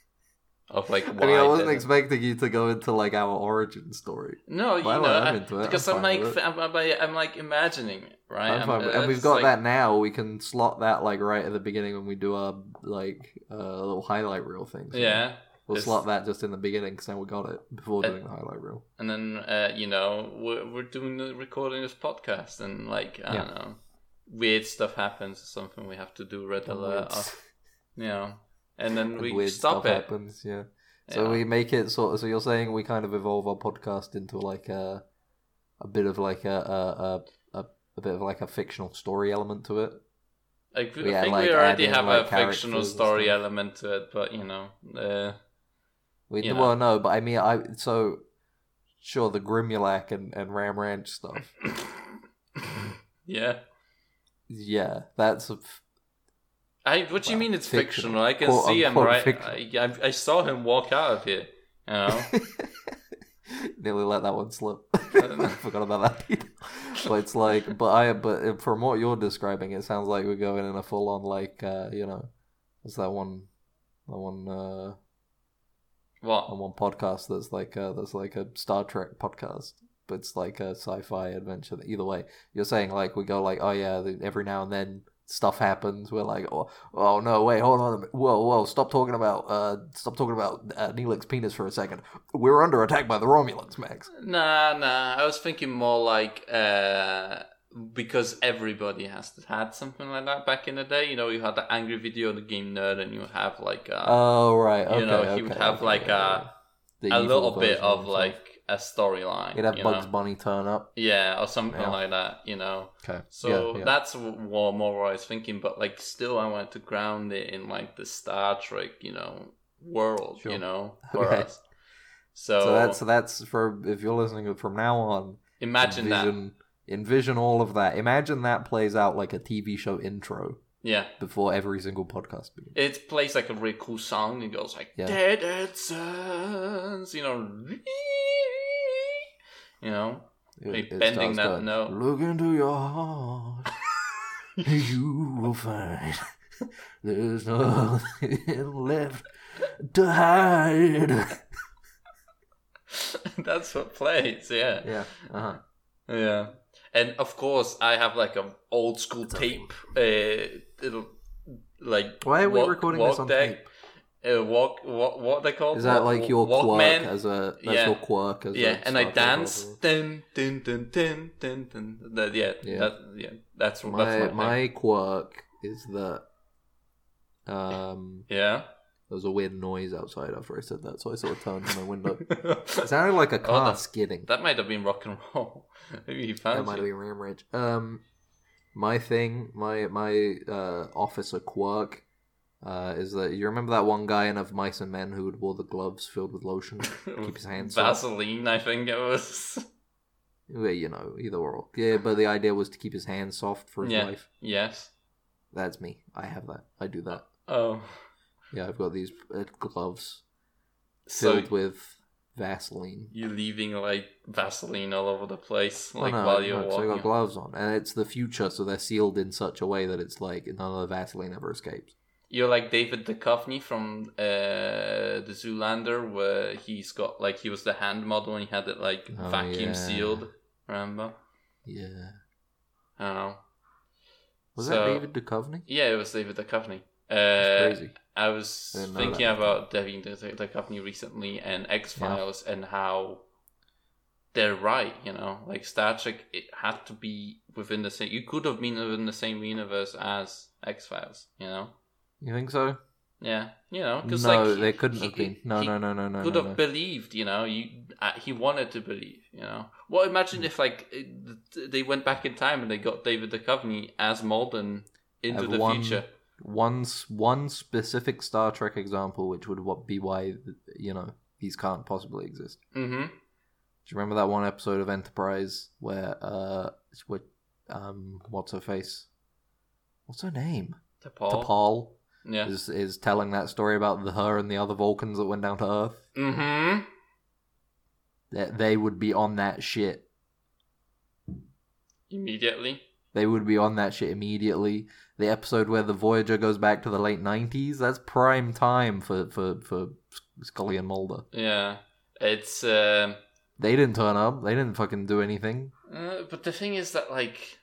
Speaker 2: of like why?
Speaker 3: I mean, I wasn't
Speaker 2: that-
Speaker 3: expecting you to go into like our origin story.
Speaker 2: no, you
Speaker 3: Why
Speaker 2: know,
Speaker 3: would I
Speaker 2: I-
Speaker 3: into it? I'm
Speaker 2: because I'm
Speaker 3: fine
Speaker 2: like
Speaker 3: with it.
Speaker 2: I'm, I'm, I'm like imagining it, right?
Speaker 3: I'm
Speaker 2: I'm-
Speaker 3: fine with-
Speaker 2: uh,
Speaker 3: and we've
Speaker 2: it's
Speaker 3: got
Speaker 2: like-
Speaker 3: that now. We can slot that like right at the beginning when we do our like uh, little highlight reel thing. so
Speaker 2: Yeah,
Speaker 3: we'll
Speaker 2: it's-
Speaker 3: slot that just in the beginning because now we got it before
Speaker 2: Uh,
Speaker 3: doing the highlight reel.
Speaker 2: and then uh, you know we're we're doing the recording of this podcast, and like I
Speaker 3: Yeah.
Speaker 2: don't know, weird stuff happens or something. We have to do red alert,
Speaker 3: Weird-
Speaker 2: or- you know, and then uh, we
Speaker 3: weird
Speaker 2: stop
Speaker 3: stuff
Speaker 2: it.
Speaker 3: happens. Yeah. So
Speaker 2: Yeah.
Speaker 3: we make it sort of. So you're saying we kind of evolve our podcast into like a, a bit of like a a, a, a, a bit of like a fictional story element to it.
Speaker 2: Like
Speaker 3: We
Speaker 2: I
Speaker 3: had,
Speaker 2: think
Speaker 3: like,
Speaker 2: we already
Speaker 3: add in,
Speaker 2: have
Speaker 3: like,
Speaker 2: a fictional
Speaker 3: characters and
Speaker 2: story
Speaker 3: stuff.
Speaker 2: element to it, but you know, uh,
Speaker 3: We,
Speaker 2: you know.
Speaker 3: Well, no, but I mean, I so sure the Grimulac and, and Ram Ranch stuff.
Speaker 2: yeah.
Speaker 3: Yeah, that's a f-
Speaker 2: I what do you
Speaker 3: Well,
Speaker 2: mean it's fictional?
Speaker 3: fictional.
Speaker 2: I can
Speaker 3: Quote,
Speaker 2: see him
Speaker 3: unquote,
Speaker 2: right. I,
Speaker 3: fictional.
Speaker 2: I, I saw him walk out of here. You know,
Speaker 3: nearly let that one slip.
Speaker 2: don't know.
Speaker 3: I forgot about that. detail. but it's like, but I, but from what you're describing, it sounds like we're going in a full on like, uh, you know, what's that one, that one, uh, that
Speaker 2: what?
Speaker 3: one podcast that's like, uh, that's like a Star Trek podcast, but it's like a sci-fi adventure. Either way, you're saying like we go like, oh yeah, the- every now and then stuff happens. We're like, oh, oh no, wait, hold on, a minute. whoa, whoa, stop talking about, uh, stop talking about uh, Neelix penis for a second. We're under attack by the Romulans, Max.
Speaker 2: Nah, nah. I was thinking more like uh, because everybody has had something like that back in the day. You know, you had the angry video game nerd, and you have like a,
Speaker 3: Oh right, okay,
Speaker 2: you know, he would
Speaker 3: okay,
Speaker 2: have
Speaker 3: okay,
Speaker 2: like
Speaker 3: yeah, yeah.
Speaker 2: a
Speaker 3: The
Speaker 2: a
Speaker 3: evil
Speaker 2: little bit
Speaker 3: version
Speaker 2: of
Speaker 3: himself.
Speaker 2: like a storyline.
Speaker 3: He'd have
Speaker 2: you
Speaker 3: Bugs
Speaker 2: know?
Speaker 3: Bunny turn up.
Speaker 2: Yeah, or something
Speaker 3: Yeah.
Speaker 2: like that, you know.
Speaker 3: Okay.
Speaker 2: So
Speaker 3: yeah, yeah.
Speaker 2: that's what more what I was thinking, but like still I wanted to ground it in like the Star Trek, you know, world,
Speaker 3: Sure.
Speaker 2: you know, for
Speaker 3: Okay.
Speaker 2: us. So,
Speaker 3: so that's that's for if you're listening from now on.
Speaker 2: imagine that.
Speaker 3: envision, that. Envision all of that. Imagine that plays out like a TV show intro
Speaker 2: Yeah.
Speaker 3: before every single podcast begins.
Speaker 2: It plays like a really cool song and goes like
Speaker 3: Yeah.
Speaker 2: Dead Edsons, you know, you know. Like bending that
Speaker 3: starts going,
Speaker 2: note.
Speaker 3: Look into your heart. and you will find there's nothing left to hide.
Speaker 2: that's what plays, yeah.
Speaker 3: Yeah. Uh-huh.
Speaker 2: Yeah, and of course I have like an old school tape. Uh, it'll like
Speaker 3: Why are we recording this on
Speaker 2: tape? Uh, walk, what what they call
Speaker 3: Is that
Speaker 2: Walk-
Speaker 3: like your
Speaker 2: Walkman?
Speaker 3: quirk as a that's
Speaker 2: Yeah.
Speaker 3: your quirk as
Speaker 2: yeah,
Speaker 3: a
Speaker 2: and I
Speaker 3: Star Trek
Speaker 2: dance.
Speaker 3: lover?
Speaker 2: Dun, dun, dun, dun, dun, dun. That, yeah,
Speaker 3: Yeah.
Speaker 2: That, yeah, that's
Speaker 3: My
Speaker 2: that's my, thing.
Speaker 3: my quirk is that um
Speaker 2: yeah.
Speaker 3: there was a weird noise outside after I said that, so I sort of turned to my window. It sounded like a
Speaker 2: Oh,
Speaker 3: car
Speaker 2: that-
Speaker 3: skidding.
Speaker 2: that might have been rock and roll. Maybe he
Speaker 3: That
Speaker 2: found
Speaker 3: might
Speaker 2: you.
Speaker 3: have been Ram Ranch. Um, my thing, my my uh, officer quirk, uh, is that you remember that one guy in of Mice and Men who would wore the gloves filled with lotion, keep his hands soft.
Speaker 2: Vaseline, I think it was.
Speaker 3: Well, you know, either or. Yeah, but the idea was to keep his hands soft for his
Speaker 2: Yeah.
Speaker 3: wife.
Speaker 2: yes.
Speaker 3: That's me. I have that. I do that.
Speaker 2: Oh,
Speaker 3: Yeah, I've got these uh, gloves
Speaker 2: so
Speaker 3: filled with Vaseline.
Speaker 2: you leaving like Vaseline all over the place,
Speaker 3: Oh,
Speaker 2: like
Speaker 3: no,
Speaker 2: while you're
Speaker 3: no, 'cause I
Speaker 2: walking.
Speaker 3: got gloves on, and it's the future, so they're sealed in such a way that it's like none of the Vaseline ever escapes.
Speaker 2: you're like David Duchovny from uh, the Zoolander, where he's got like he was the hand model and he had it like
Speaker 3: Oh,
Speaker 2: vacuum
Speaker 3: yeah.
Speaker 2: sealed. Remember?
Speaker 3: Yeah.
Speaker 2: I don't know.
Speaker 3: Was
Speaker 2: So-
Speaker 3: that David Duchovny?
Speaker 2: Yeah, it was David Duchovny.
Speaker 3: That's
Speaker 2: Uh,
Speaker 3: crazy.
Speaker 2: I was
Speaker 3: Didn't know
Speaker 2: thinking
Speaker 3: that.
Speaker 2: about David Duch- Duchovny recently and X Files and how they're right. You know, like Star Trek, it had to be within the same. You could have been within the same universe as X Files. You know.
Speaker 3: You think so?
Speaker 2: Yeah, you know,
Speaker 3: No,
Speaker 2: because like he-
Speaker 3: they couldn't
Speaker 2: he-
Speaker 3: have been. No,
Speaker 2: he
Speaker 3: no, no, no, no.
Speaker 2: Could
Speaker 3: no,
Speaker 2: have
Speaker 3: no.
Speaker 2: believed, you know. You uh, he wanted to believe, you know. Well, imagine if like it- th- they went back in time and they got David Duchovny as Malden into
Speaker 3: Have
Speaker 2: the
Speaker 3: one-
Speaker 2: future.
Speaker 3: One s- one specific Star Trek example, which would what be why you know these can't possibly exist.
Speaker 2: Mm-hmm.
Speaker 3: Do you remember that one episode of Enterprise where uh, it's with um, what's her face? What's her name?
Speaker 2: To Paul.
Speaker 3: T'Pol
Speaker 2: Yeah.
Speaker 3: is is telling that story about the her and the other Vulcans that went down to Earth.
Speaker 2: Mm-hmm.
Speaker 3: That they would be on that shit
Speaker 2: Immediately.
Speaker 3: They would be on that shit immediately. The episode where the Voyager goes back to the late nineties, that's prime time for, for, for Scully and Mulder.
Speaker 2: Yeah. It's. um
Speaker 3: They didn't turn up, they didn't fucking do anything.
Speaker 2: Uh, but the thing is that like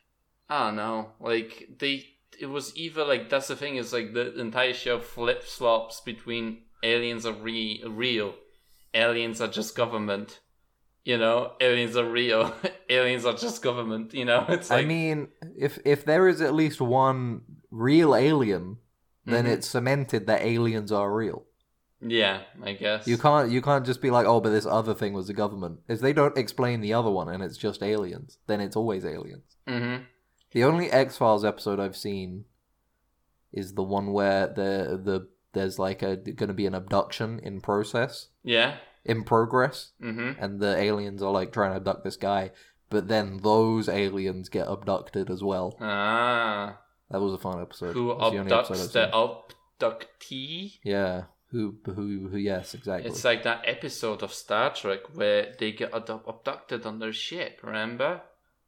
Speaker 2: I don't know, like they it was either like that's the thing is like the entire show flip flops between aliens are re- real, aliens are just government, you know, aliens are real, aliens are just government, you know. It's like
Speaker 3: I mean, if if there is at least one real alien, then
Speaker 2: Mhm.
Speaker 3: it's cemented that aliens are real.
Speaker 2: yeah, I guess
Speaker 3: You can't you can't just be like, oh, but this other thing was the government. If they don't explain the other one and it's just aliens, then it's always aliens.
Speaker 2: Mm-hmm.
Speaker 3: The only X Files episode I've seen is the one where the the there's like a going to be an abduction in process
Speaker 2: Yeah.
Speaker 3: in progress,
Speaker 2: Mm-hmm.
Speaker 3: and the aliens are like trying to abduct this guy, but then those aliens get abducted as well.
Speaker 2: Ah.
Speaker 3: That was a fun episode.
Speaker 2: Who
Speaker 3: It's the only episode
Speaker 2: abducts
Speaker 3: I've
Speaker 2: the
Speaker 3: seen.
Speaker 2: abductee?
Speaker 3: Yeah. Who, who, who, yes, exactly.
Speaker 2: It's like that episode of Star Trek where they get ad- abducted on their ship, remember?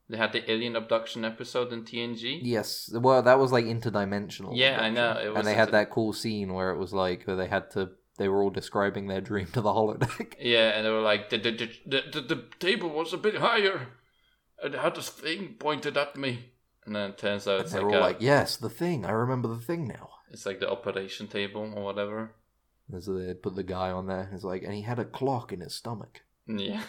Speaker 2: They had the alien abduction episode in TNG.
Speaker 3: yes. Well, that was like interdimensional.
Speaker 2: Yeah, I know, it was
Speaker 3: and they had
Speaker 2: inter-
Speaker 3: that cool scene where it was like, where they had to, they were all describing their dream to the holodeck.
Speaker 2: Yeah, and they were like, the, the, the, the, the, the table was a bit higher. It had this thing pointed at me. And then it turns out
Speaker 3: and
Speaker 2: it's
Speaker 3: they
Speaker 2: like,
Speaker 3: were
Speaker 2: a,
Speaker 3: all like, yes, the thing. I remember the thing now.
Speaker 2: it's like the operation table or whatever.
Speaker 3: And so they put the guy on there. And it's like, and he had a clock in his stomach.
Speaker 2: Yeah.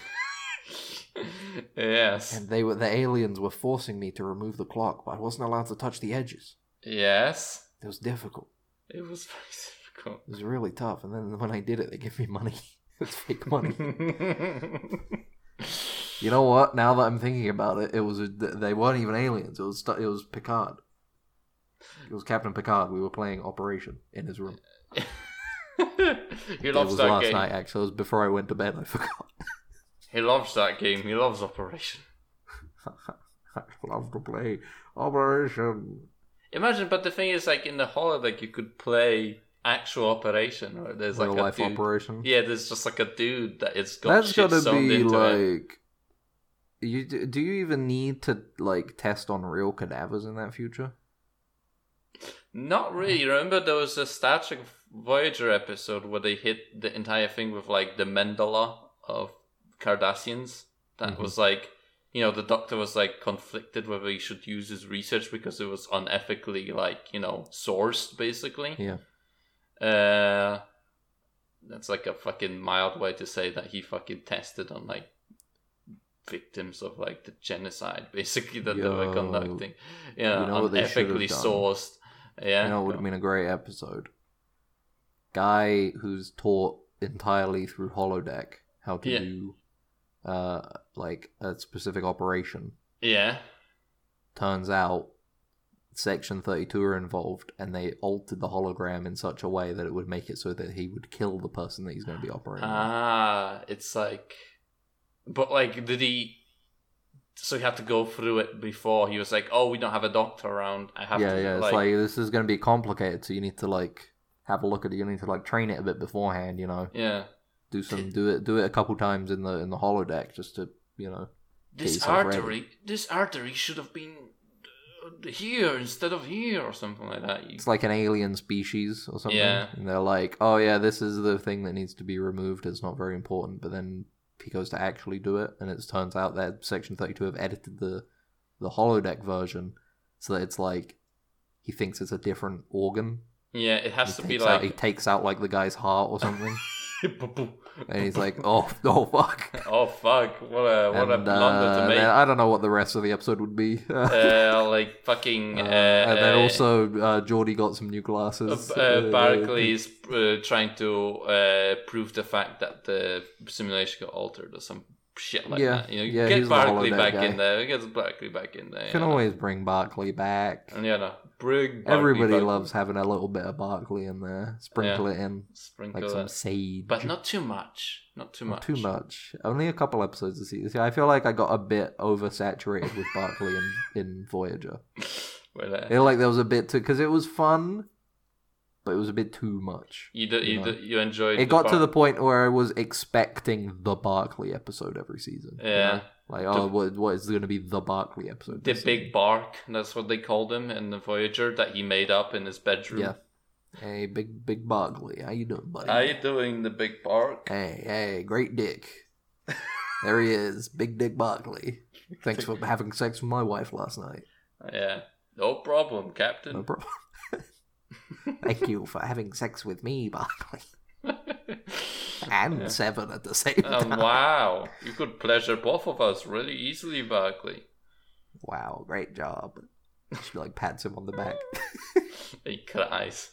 Speaker 2: yes.
Speaker 3: And they were, the aliens were forcing me to remove the clock, but I wasn't allowed to touch the edges.
Speaker 2: Yes.
Speaker 3: It was difficult.
Speaker 2: It was very difficult.
Speaker 3: It was really tough. And then when I did it, they gave me money. it's fake money. You know what? Now that I'm thinking about it, it was a, th- they weren't even aliens. It was stu- it was Picard. It was Captain Picard. We were playing Operation in his room.
Speaker 2: he
Speaker 3: It
Speaker 2: loves
Speaker 3: was
Speaker 2: that
Speaker 3: last
Speaker 2: game.
Speaker 3: night, actually. It was before I went to bed. I forgot.
Speaker 2: He loves that game. He loves Operation.
Speaker 3: I love to play Operation.
Speaker 2: Imagine, but the thing is, like in the holodeck, you could play actual Operation, or there's like
Speaker 3: Real
Speaker 2: a
Speaker 3: life
Speaker 2: dude.
Speaker 3: Operation.
Speaker 2: Yeah, there's just like a dude that it's got
Speaker 3: That's
Speaker 2: shit
Speaker 3: gotta
Speaker 2: sewn
Speaker 3: be
Speaker 2: into it.
Speaker 3: like. You d- do you even need to like test on real cadavers in that future?
Speaker 2: Not really. Remember, there was a Star Trek Voyager episode where they hit the entire thing with like the mandala of Cardassians. That
Speaker 3: Mhm.
Speaker 2: was like, you know, the Doctor was like conflicted whether he should use his research because it was unethically like you know sourced basically.
Speaker 3: Yeah.
Speaker 2: Uh, that's like a fucking mild way to say that he fucking tested on like victims of like the genocide, basically that they
Speaker 3: Yo.
Speaker 2: were conducting. Yeah,
Speaker 3: You know what they should have
Speaker 2: unethically
Speaker 3: done?
Speaker 2: sourced. Yeah,
Speaker 3: You know, it would have been a great episode. Guy who's taught entirely through holodeck how to
Speaker 2: Yeah.
Speaker 3: do, uh, like a specific operation.
Speaker 2: yeah.
Speaker 3: Turns out, Section Thirty-two are involved, and they altered the hologram in such a way that it would make it so that he would kill the person that he's going to be operating. on.
Speaker 2: Ah, it's like, but like, did he? So he had to go through it before. He was like, "Oh, we don't have a doctor around. I have
Speaker 3: yeah,
Speaker 2: to
Speaker 3: yeah. It's
Speaker 2: like,
Speaker 3: like, this is going to be complicated, so you need to like have a look at it. You need to like train it a bit beforehand. You know,
Speaker 2: yeah."
Speaker 3: do some, do it, do it a couple times in the in the holodeck just to you know.
Speaker 2: This
Speaker 3: yourself ready.
Speaker 2: artery, this artery should have been uh, here instead of here, or something like that. You-
Speaker 3: it's like an alien species or something.
Speaker 2: Yeah.
Speaker 3: And they're like, oh yeah, this is the thing that needs to be removed. It's not very important. But then he goes to actually do it, and it turns out that Section 32 have edited the the holodeck version so that it's like he thinks it's a different organ.
Speaker 2: yeah, it has
Speaker 3: he,
Speaker 2: to
Speaker 3: takes
Speaker 2: be
Speaker 3: out, he
Speaker 2: like.
Speaker 3: takes out like the guy's heart or something, and he's like, oh, oh fuck.
Speaker 2: "Oh fuck! What a what a
Speaker 3: and,
Speaker 2: blunder
Speaker 3: uh,
Speaker 2: to make!"
Speaker 3: then I don't know what the rest of the episode would be.
Speaker 2: uh, like fucking.
Speaker 3: Uh,
Speaker 2: Uh,
Speaker 3: and then
Speaker 2: uh,
Speaker 3: also, uh, Geordie got some new
Speaker 2: Uh,
Speaker 3: glasses.
Speaker 2: uh, Barclays uh, trying to uh, prove the fact that the simulation got altered or some shit like
Speaker 3: Yeah,
Speaker 2: that. You know,
Speaker 3: yeah,
Speaker 2: get
Speaker 3: he's the
Speaker 2: Barkley
Speaker 3: holodeck
Speaker 2: back
Speaker 3: guy.
Speaker 2: in there. Get Barkley back in there.
Speaker 3: You
Speaker 2: You
Speaker 3: can
Speaker 2: know.
Speaker 3: always bring Barkley back.
Speaker 2: And yeah, no, bring Barkley
Speaker 3: Everybody
Speaker 2: back.
Speaker 3: loves having a little bit of Barkley in there. Sprinkle it in
Speaker 2: sprinkle
Speaker 3: like some
Speaker 2: it.
Speaker 3: sage,
Speaker 2: but not too much. Not too
Speaker 3: Not
Speaker 2: much.
Speaker 3: too much. Only a couple episodes to see. See, I feel like I got a bit oversaturated with Barkley in, in Voyager.
Speaker 2: Well, uh,
Speaker 3: I feel like there was a bit too because it was fun, but it was a bit too much.
Speaker 2: you do,
Speaker 3: you
Speaker 2: you
Speaker 3: know.
Speaker 2: do, you enjoyed.
Speaker 3: It got to
Speaker 2: Bar-
Speaker 3: the point where I was expecting the Barkley episode every season. you know?
Speaker 2: Yeah.
Speaker 3: Like, oh, what, what is going to be the Barkley episode?
Speaker 2: the
Speaker 3: this
Speaker 2: big bark. That's what they called him in the Voyager that he made up in his bedroom.
Speaker 3: Yeah. season? Hey, big, big Barkley. How you doing, buddy?
Speaker 2: Are you doing the big bark?
Speaker 3: Hey, hey, great dick. there he is, Big Dick Barkley. Thanks for having sex with my wife last night.
Speaker 2: Yeah. No problem, Captain.
Speaker 3: No problem. Thank you for having sex with me, Barkley. And
Speaker 2: Yeah.
Speaker 3: seven at the same
Speaker 2: Um,
Speaker 3: time.
Speaker 2: wow, you could pleasure both of us really easily, Barkley.
Speaker 3: Wow, great job. She like pats him on the back.
Speaker 2: He cries.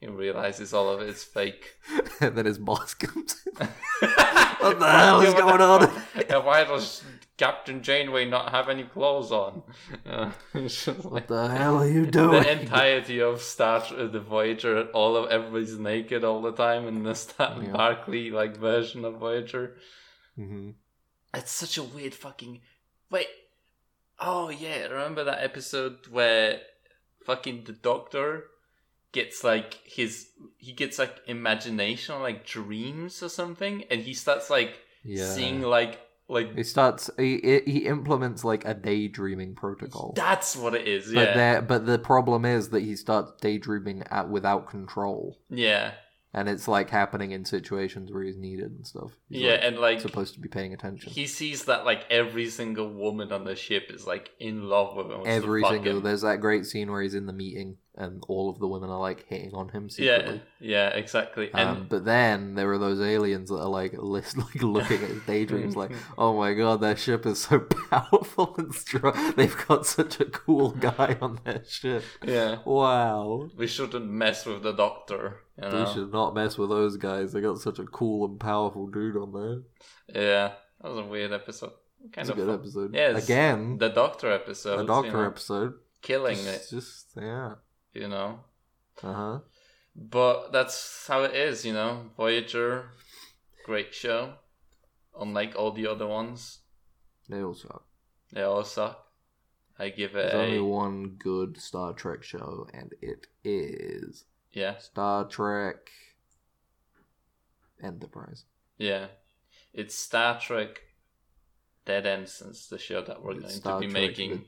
Speaker 2: He realizes all of it's fake.
Speaker 3: and then his boss comes in.
Speaker 2: what
Speaker 3: the hell is going on?
Speaker 2: Why does Captain Janeway not have any clothes on. Uh, it's just
Speaker 3: What
Speaker 2: like-
Speaker 3: the hell are you doing?
Speaker 2: the entirety of Star Trek, the Voyager, all of everybody's naked all the time in the Stan
Speaker 3: Yeah.
Speaker 2: Barclay like version of Voyager.
Speaker 3: Mhm.
Speaker 2: It's such a weird fucking wait. Oh yeah, remember that episode where fucking the Doctor gets like his he gets like imagination like dreams or something, and he starts like
Speaker 3: Yeah.
Speaker 2: seeing like like
Speaker 3: He starts. He, he- he implements like a daydreaming protocol.
Speaker 2: that's what it is.
Speaker 3: But
Speaker 2: Yeah,
Speaker 3: there, but the problem is that he starts daydreaming at, without control,
Speaker 2: yeah,
Speaker 3: and it's like happening in situations where he's needed and stuff. He's,
Speaker 2: yeah,
Speaker 3: like,
Speaker 2: and like
Speaker 3: supposed to be paying attention.
Speaker 2: He sees that like every single woman on the ship is like in love with him. wants to
Speaker 3: Every
Speaker 2: fuck
Speaker 3: single
Speaker 2: him.
Speaker 3: there's that great scene where he's in the meeting and all of the women are like hitting on him
Speaker 2: Yeah,
Speaker 3: secretly.
Speaker 2: yeah, exactly.
Speaker 3: Um, but then there are those aliens that are like list, like looking at his daydreams, like, oh my god, their ship is so powerful and strong. They've got such a cool guy on their ship.
Speaker 2: and yeah,
Speaker 3: Wow,
Speaker 2: we shouldn't mess with the doctor. You know?
Speaker 3: we should not mess with those guys. They got such a cool and powerful dude on there.
Speaker 2: Yeah, that was a weird episode. Kind
Speaker 3: It's a
Speaker 2: of
Speaker 3: good
Speaker 2: fun.
Speaker 3: episode.
Speaker 2: Yeah, it's
Speaker 3: again,
Speaker 2: The doctor episode.
Speaker 3: the
Speaker 2: you
Speaker 3: Doctor
Speaker 2: know,
Speaker 3: episode,
Speaker 2: killing
Speaker 3: just,
Speaker 2: it.
Speaker 3: just yeah,
Speaker 2: You know,
Speaker 3: uh huh.
Speaker 2: but that's how it is. You know, Voyager, great show. Unlike all the other ones,
Speaker 3: They all suck.
Speaker 2: they all suck. I give it
Speaker 3: There's
Speaker 2: a
Speaker 3: only one good Star Trek show, and it is
Speaker 2: yeah.
Speaker 3: Star Trek Enterprise.
Speaker 2: Yeah. It's Star Trek Dead End since the show that we're
Speaker 3: It's
Speaker 2: going
Speaker 3: Star
Speaker 2: to be
Speaker 3: Trek,
Speaker 2: making.
Speaker 3: The-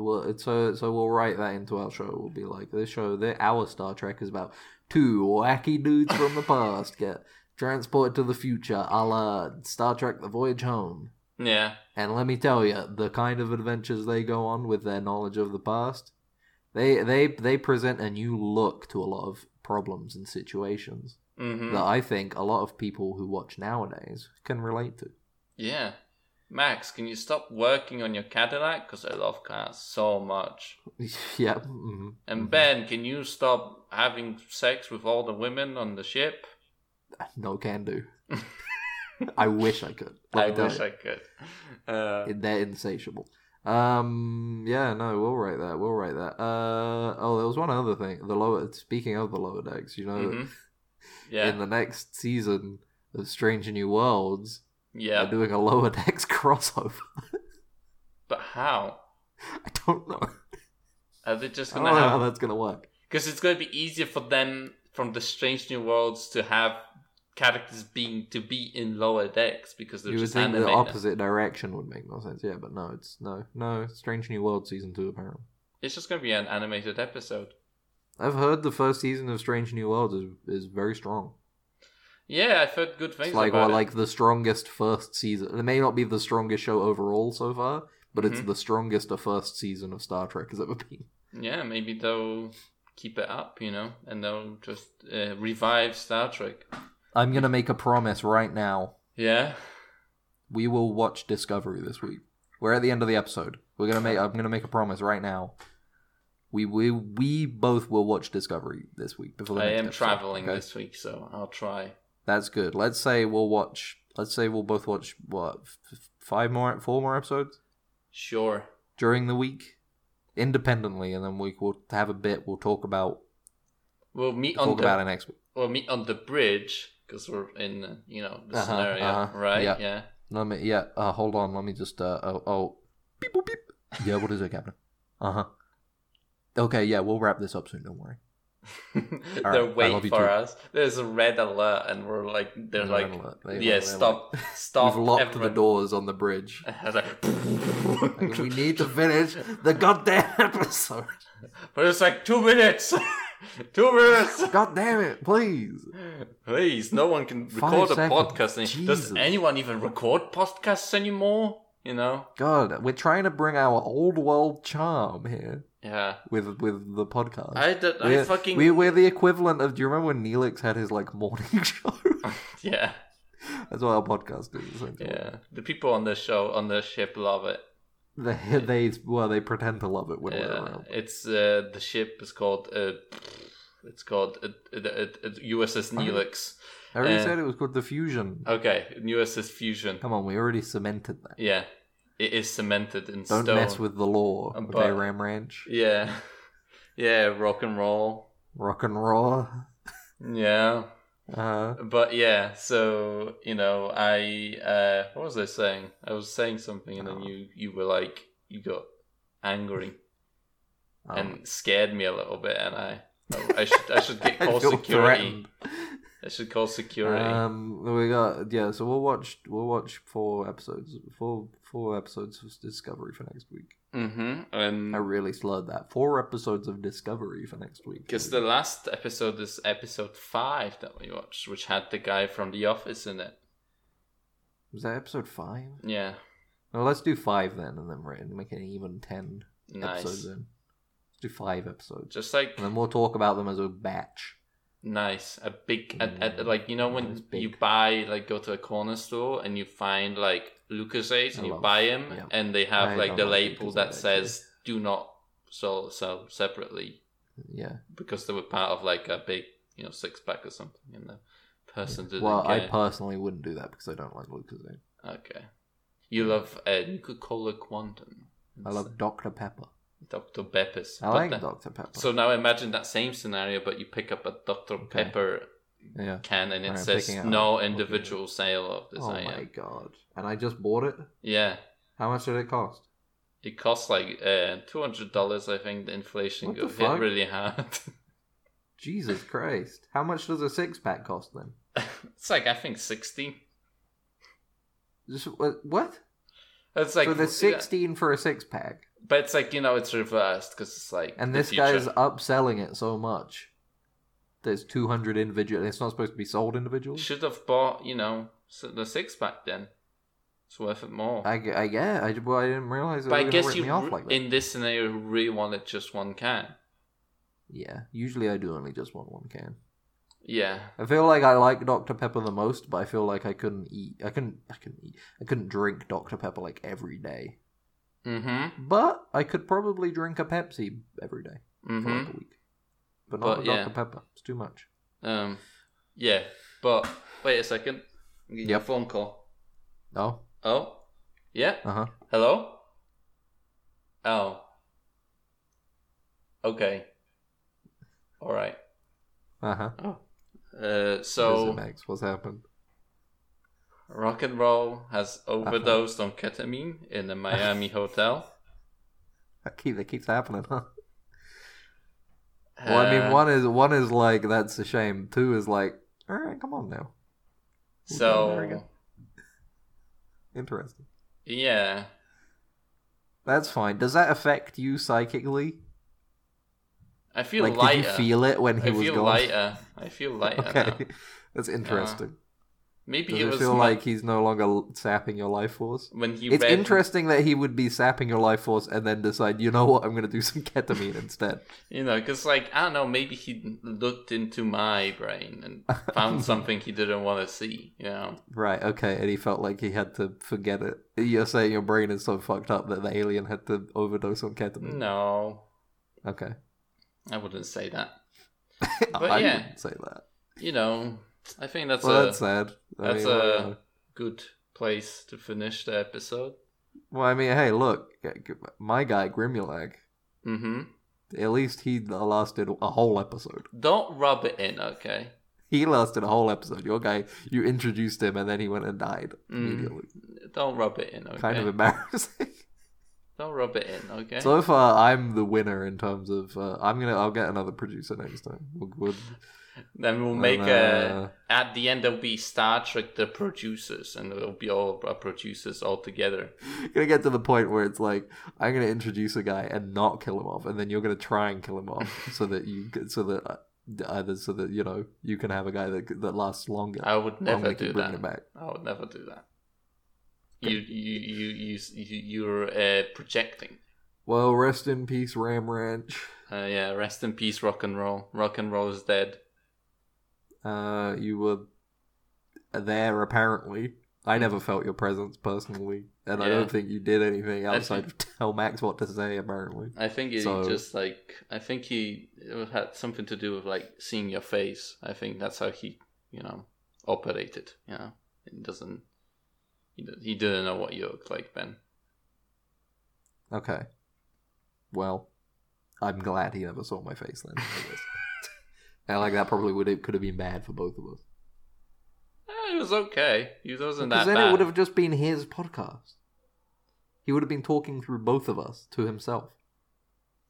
Speaker 3: Well, it's so so we'll write that into our show. We'll be like this show. The, our Star Trek is about two wacky dudes from the past get transported to the future, a la Star Trek: The Voyage Home.
Speaker 2: Yeah.
Speaker 3: And let me tell you, the kind of adventures they go on with their knowledge of the past, they they they present a new look to a lot of problems and situations
Speaker 2: hmm
Speaker 3: that I think a lot of people who watch nowadays can relate to.
Speaker 2: Yeah. Max, can you stop working on your Cadillac? Because I love cars so much.
Speaker 3: yeah. mhm,
Speaker 2: And
Speaker 3: mhm.
Speaker 2: Ben, can you stop having sex with all the women on the ship?
Speaker 3: No can do. I wish I could. Let
Speaker 2: I
Speaker 3: me tell
Speaker 2: wish
Speaker 3: you.
Speaker 2: I could. Uh,
Speaker 3: They're insatiable. Um. Yeah. No. We'll write that. We'll write that. Uh. Oh, there was one other thing. The lower. Speaking of the lower decks, you know,
Speaker 2: mhm. Yeah.
Speaker 3: in the next season of Strange New Worlds,
Speaker 2: yeah.
Speaker 3: they're doing a lower decks crossover.
Speaker 2: But how?
Speaker 3: I don't know.
Speaker 2: Are they just
Speaker 3: I don't
Speaker 2: going
Speaker 3: know
Speaker 2: to have
Speaker 3: how that's gonna work.
Speaker 2: Because it's going to be easier for them from the Strange New Worlds to have characters being to be in lower decks because they're
Speaker 3: You would
Speaker 2: just
Speaker 3: think the
Speaker 2: animated.
Speaker 3: opposite direction would make more sense. Yeah, but no, it's no, no. Strange New World season two apparently.
Speaker 2: It's just going to be an animated episode.
Speaker 3: I've heard the first season of Strange New Worlds is, is very strong.
Speaker 2: Yeah, I've heard good things
Speaker 3: It's like
Speaker 2: about
Speaker 3: well,
Speaker 2: it.
Speaker 3: like the strongest first season. It may not be the strongest show overall so far, but it's
Speaker 2: Mhm.
Speaker 3: the strongest a first season of Star Trek has ever been.
Speaker 2: Yeah, maybe they'll keep it up, you know, and they'll just uh, revive Star Trek.
Speaker 3: I'm gonna make a promise right now.
Speaker 2: Yeah,
Speaker 3: We will watch Discovery this week. We're at the end of the episode. We're gonna make. I'm gonna make a promise right now. We we we both will watch Discovery this week before the
Speaker 2: I
Speaker 3: next
Speaker 2: am
Speaker 3: episode,
Speaker 2: traveling
Speaker 3: okay?
Speaker 2: this week, so I'll try.
Speaker 3: That's good. Let's say we'll watch. Let's say we'll both watch what f- f- five more, four more episodes
Speaker 2: Sure.
Speaker 3: during the week, independently, and then we will have a bit. We'll talk about
Speaker 2: We'll meet
Speaker 3: talk
Speaker 2: on
Speaker 3: about it
Speaker 2: the
Speaker 3: next week.
Speaker 2: we'll meet on the bridge because we're in uh, you know the
Speaker 3: Uh-huh,
Speaker 2: scenario,
Speaker 3: uh-huh,
Speaker 2: right?
Speaker 3: yeah.
Speaker 2: yeah.
Speaker 3: Let me. Yeah. Uh, hold on. Let me just. Uh. Oh. oh. Beep, boop, beep. Yeah. What is it, Captain? Uh huh. Okay. Yeah. We'll wrap this up soon. Don't worry. I
Speaker 2: they're
Speaker 3: love
Speaker 2: waiting
Speaker 3: you
Speaker 2: for
Speaker 3: too. us. There's a red alert, and we're like, they're Red
Speaker 2: like,
Speaker 3: alert. They-
Speaker 2: yeah,
Speaker 3: they're
Speaker 2: stop,
Speaker 3: like-
Speaker 2: stop,
Speaker 3: We've locked
Speaker 2: everyone.
Speaker 3: the doors on the bridge. Like, we
Speaker 2: Like,
Speaker 3: need to finish the goddamn episode.
Speaker 2: but it's like two minutes, two minutes.
Speaker 3: God damn it! Please.
Speaker 2: Please, no one can
Speaker 3: Five
Speaker 2: record a
Speaker 3: seconds.
Speaker 2: podcast. any- Does
Speaker 3: Jesus.
Speaker 2: anyone even record podcasts anymore? You know?
Speaker 3: God, we're trying to bring our old world charm here
Speaker 2: Yeah.
Speaker 3: with with the podcast.
Speaker 2: I, did, I
Speaker 3: we're,
Speaker 2: fucking
Speaker 3: we're, we're the equivalent of. Do you remember when Neelix had his like morning show?
Speaker 2: yeah
Speaker 3: That's what our podcast is. Essentially.
Speaker 2: yeah. The people on this show on this ship love it.
Speaker 3: They, they well, they pretend to love it when we're
Speaker 2: Yeah,
Speaker 3: around.
Speaker 2: it's uh, the ship is called uh, it's called uh, uh, uh, uh, USS
Speaker 3: Alright.
Speaker 2: Neelix.
Speaker 3: I already
Speaker 2: Uh,
Speaker 3: said it was called the fusion.
Speaker 2: Okay, USS Fusion.
Speaker 3: Come on, we already cemented that.
Speaker 2: Yeah, it is cemented in
Speaker 3: Don't
Speaker 2: stone.
Speaker 3: mess with the law.
Speaker 2: Um,
Speaker 3: okay,
Speaker 2: but-
Speaker 3: Ram Ranch.
Speaker 2: yeah, yeah, rock and roll.
Speaker 3: Rock and roll.
Speaker 2: Yeah,
Speaker 3: Uh,
Speaker 2: but yeah. So you know, I uh, what was I saying? I was saying something, and then
Speaker 3: Oh.
Speaker 2: you you were like you got angry
Speaker 3: um,
Speaker 2: and scared me a little bit, and I I, I should I should get
Speaker 3: I
Speaker 2: call
Speaker 3: feel
Speaker 2: security.
Speaker 3: threatened.
Speaker 2: I should call security.
Speaker 3: Um, we got yeah. So we'll watch we'll watch four episodes four four episodes of Discovery for next week.
Speaker 2: mm-hmm. And
Speaker 3: I really slurred that. Four episodes of Discovery for next week.
Speaker 2: Because the last episode is episode five that we watched, which had the guy from The Office in it.
Speaker 3: was that episode five?
Speaker 2: Yeah,
Speaker 3: No, let's do five then, and then we're and make it even ten episodes
Speaker 2: nice.
Speaker 3: in. Let's do five episodes,
Speaker 2: Just like
Speaker 3: and then we'll talk about them as a batch.
Speaker 2: nice, a big, a, a-
Speaker 3: Mm,
Speaker 2: like you know
Speaker 3: that is
Speaker 2: when
Speaker 3: big.
Speaker 2: you buy, like go to a corner store and you find like Lucasades
Speaker 3: I
Speaker 2: and you
Speaker 3: love-
Speaker 2: buy him,
Speaker 3: yeah.
Speaker 2: and they have
Speaker 3: I
Speaker 2: like
Speaker 3: don't
Speaker 2: the
Speaker 3: like
Speaker 2: label
Speaker 3: LucasAid,
Speaker 2: that says "Do not sell sell separately"
Speaker 3: Yeah.
Speaker 2: because they were part of like a big, you know, six pack or something, and the person didn't.
Speaker 3: Well, I
Speaker 2: care.
Speaker 3: personally wouldn't do that because I don't like Lucasade.
Speaker 2: okay. You love uh, Coca-Cola Quantum.
Speaker 3: I love Dr Pepper.
Speaker 2: Dr. Peppers.
Speaker 3: I
Speaker 2: But
Speaker 3: like
Speaker 2: the-
Speaker 3: Dr Pepper.
Speaker 2: So now imagine that same scenario, but you pick up a Dr.
Speaker 3: Okay.
Speaker 2: Pepper
Speaker 3: yeah.
Speaker 2: can and it
Speaker 3: Alright, I'm
Speaker 2: says
Speaker 3: picking it
Speaker 2: no
Speaker 3: up.
Speaker 2: individual sale of this
Speaker 3: Oh
Speaker 2: item.
Speaker 3: my god! And I just bought it.
Speaker 2: Yeah.
Speaker 3: How much did it cost?
Speaker 2: It costs like uh, two hundred dollars, I think. The inflation
Speaker 3: What the
Speaker 2: got hit
Speaker 3: fuck?
Speaker 2: really hard.
Speaker 3: Jesus Christ. How much does a six pack cost then?
Speaker 2: it's like I think sixty.
Speaker 3: Just, wha- what?
Speaker 2: It's like
Speaker 3: so there's
Speaker 2: yeah.
Speaker 3: 16 for a six pack.
Speaker 2: but it's like you know it's reversed because it's like
Speaker 3: And
Speaker 2: the
Speaker 3: this
Speaker 2: future.
Speaker 3: guy's upselling it so much. There's 200 individual. It's not supposed to be sold individually?
Speaker 2: should have bought you know s- the six pack then. It's worth it more.
Speaker 3: I, gu- I, yeah, I, ju- well, I didn't realize it
Speaker 2: but I
Speaker 3: was going to
Speaker 2: guess
Speaker 3: rip
Speaker 2: you
Speaker 3: me off
Speaker 2: re-
Speaker 3: like that.
Speaker 2: in this scenario really wanted just one can.
Speaker 3: Yeah, usually I do only just want one can.
Speaker 2: Yeah,
Speaker 3: I feel like I like Dr. Pepper the most, but I feel like I couldn't eat. I couldn't, I couldn't eat. I couldn't drink Dr. Pepper like every day.
Speaker 2: Mm-hmm.
Speaker 3: But I could probably drink a Pepsi every day. for
Speaker 2: Mm-hmm.
Speaker 3: like a week. But not
Speaker 2: But,
Speaker 3: with
Speaker 2: yeah.
Speaker 3: Dr. Pepper. It's too much.
Speaker 2: Um, yeah, but wait a second. I'm getting
Speaker 3: Yep.
Speaker 2: a phone call.
Speaker 3: Oh,
Speaker 2: Oh, yeah.
Speaker 3: uh huh.
Speaker 2: Hello. Oh. Okay. All right.
Speaker 3: Uh huh.
Speaker 2: Oh. Uh, so
Speaker 3: Max, what's happened?
Speaker 2: rock and roll has
Speaker 3: Uh-huh.
Speaker 2: overdosed on ketamine in a Miami hotel.
Speaker 3: That keep that keeps happening, huh? well, I mean,
Speaker 2: Uh,
Speaker 3: one is one is like that's a shame. Two is like, all right, come on now, There we
Speaker 2: So
Speaker 3: go. interesting.
Speaker 2: yeah,
Speaker 3: That's fine. Does that affect you psychically?
Speaker 2: I feel
Speaker 3: like,
Speaker 2: lighter.
Speaker 3: did you feel it when he
Speaker 2: I
Speaker 3: was
Speaker 2: feel
Speaker 3: gone?
Speaker 2: lighter. I feel lighter. now.
Speaker 3: okay, that's interesting.
Speaker 2: Maybe
Speaker 3: Does
Speaker 2: it
Speaker 3: it
Speaker 2: Uh, was
Speaker 3: feel
Speaker 2: my-
Speaker 3: like he's no longer l- sapping your life force?
Speaker 2: when he
Speaker 3: It's
Speaker 2: read
Speaker 3: interesting that he would be sapping your life force and then decide, you know what, I'm going to do some ketamine instead.
Speaker 2: you know because like i don't know maybe he looked into my brain and found something he didn't want to see you know
Speaker 3: Right, okay, and he felt like he had to forget it. You're saying your brain is so fucked up that the alien had to overdose on ketamine.
Speaker 2: no
Speaker 3: Okay.
Speaker 2: i wouldn't say that
Speaker 3: I
Speaker 2: yeah.
Speaker 3: wouldn't say that.
Speaker 2: you know i think that's
Speaker 3: well,
Speaker 2: a
Speaker 3: that's sad. I
Speaker 2: that's
Speaker 3: mean, uh, I
Speaker 2: a-
Speaker 3: don't know.
Speaker 2: good place to finish the episode
Speaker 3: Well, I mean, hey, look, my guy, Grimulag,
Speaker 2: mm-hmm
Speaker 3: at least he lasted a whole episode.
Speaker 2: don't rub it in okay
Speaker 3: He lasted a whole episode. Your guy, you introduced him and then he went and died
Speaker 2: Mm,
Speaker 3: immediately.
Speaker 2: don't rub it in okay
Speaker 3: Kind of embarrassing.
Speaker 2: don't rub it in okay
Speaker 3: So far, I'm the winner in terms of. Uh, I'm gonna. I'll get another producer next time. We'll, we'll,
Speaker 2: then we'll make
Speaker 3: and,
Speaker 2: a
Speaker 3: uh,
Speaker 2: at the end there'll be star trek the producers and it'll be all our producers all together
Speaker 3: gonna get to the point where it's like I'm gonna introduce a guy and not kill him off, and then you're gonna try and kill him off so that you c- so that uh, either so that you know you can have a guy that that lasts longer.
Speaker 2: i would
Speaker 3: I'm
Speaker 2: never
Speaker 3: gonna
Speaker 2: do
Speaker 3: keep
Speaker 2: that
Speaker 3: bringing it back.
Speaker 2: I would never do that. You you you you s- you you're uh, projecting.
Speaker 3: Well, rest in peace, Ram Ranch.
Speaker 2: Uh, yeah, rest in peace, rock and roll. Rock and roll is dead.
Speaker 3: Uh, you were there apparently. I never felt your presence personally, and I
Speaker 2: Hmm. Yeah.
Speaker 3: don't think you did anything
Speaker 2: I
Speaker 3: outside of tell Max what to say. Apparently,
Speaker 2: I think he
Speaker 3: So-
Speaker 2: just like I think he it had something to do with like seeing your face. I think that's how he you know operated. You know, it doesn't. He d- he didn't know what you looked like, Ben.
Speaker 3: Okay. Well, I'm glad he never saw my face then. I guess. and like that probably would could have been bad for both of us.
Speaker 2: Eh, it was okay. He wasn't
Speaker 3: Because
Speaker 2: that
Speaker 3: then
Speaker 2: bad.
Speaker 3: it would have just been his podcast. He would have been talking through both of us to himself.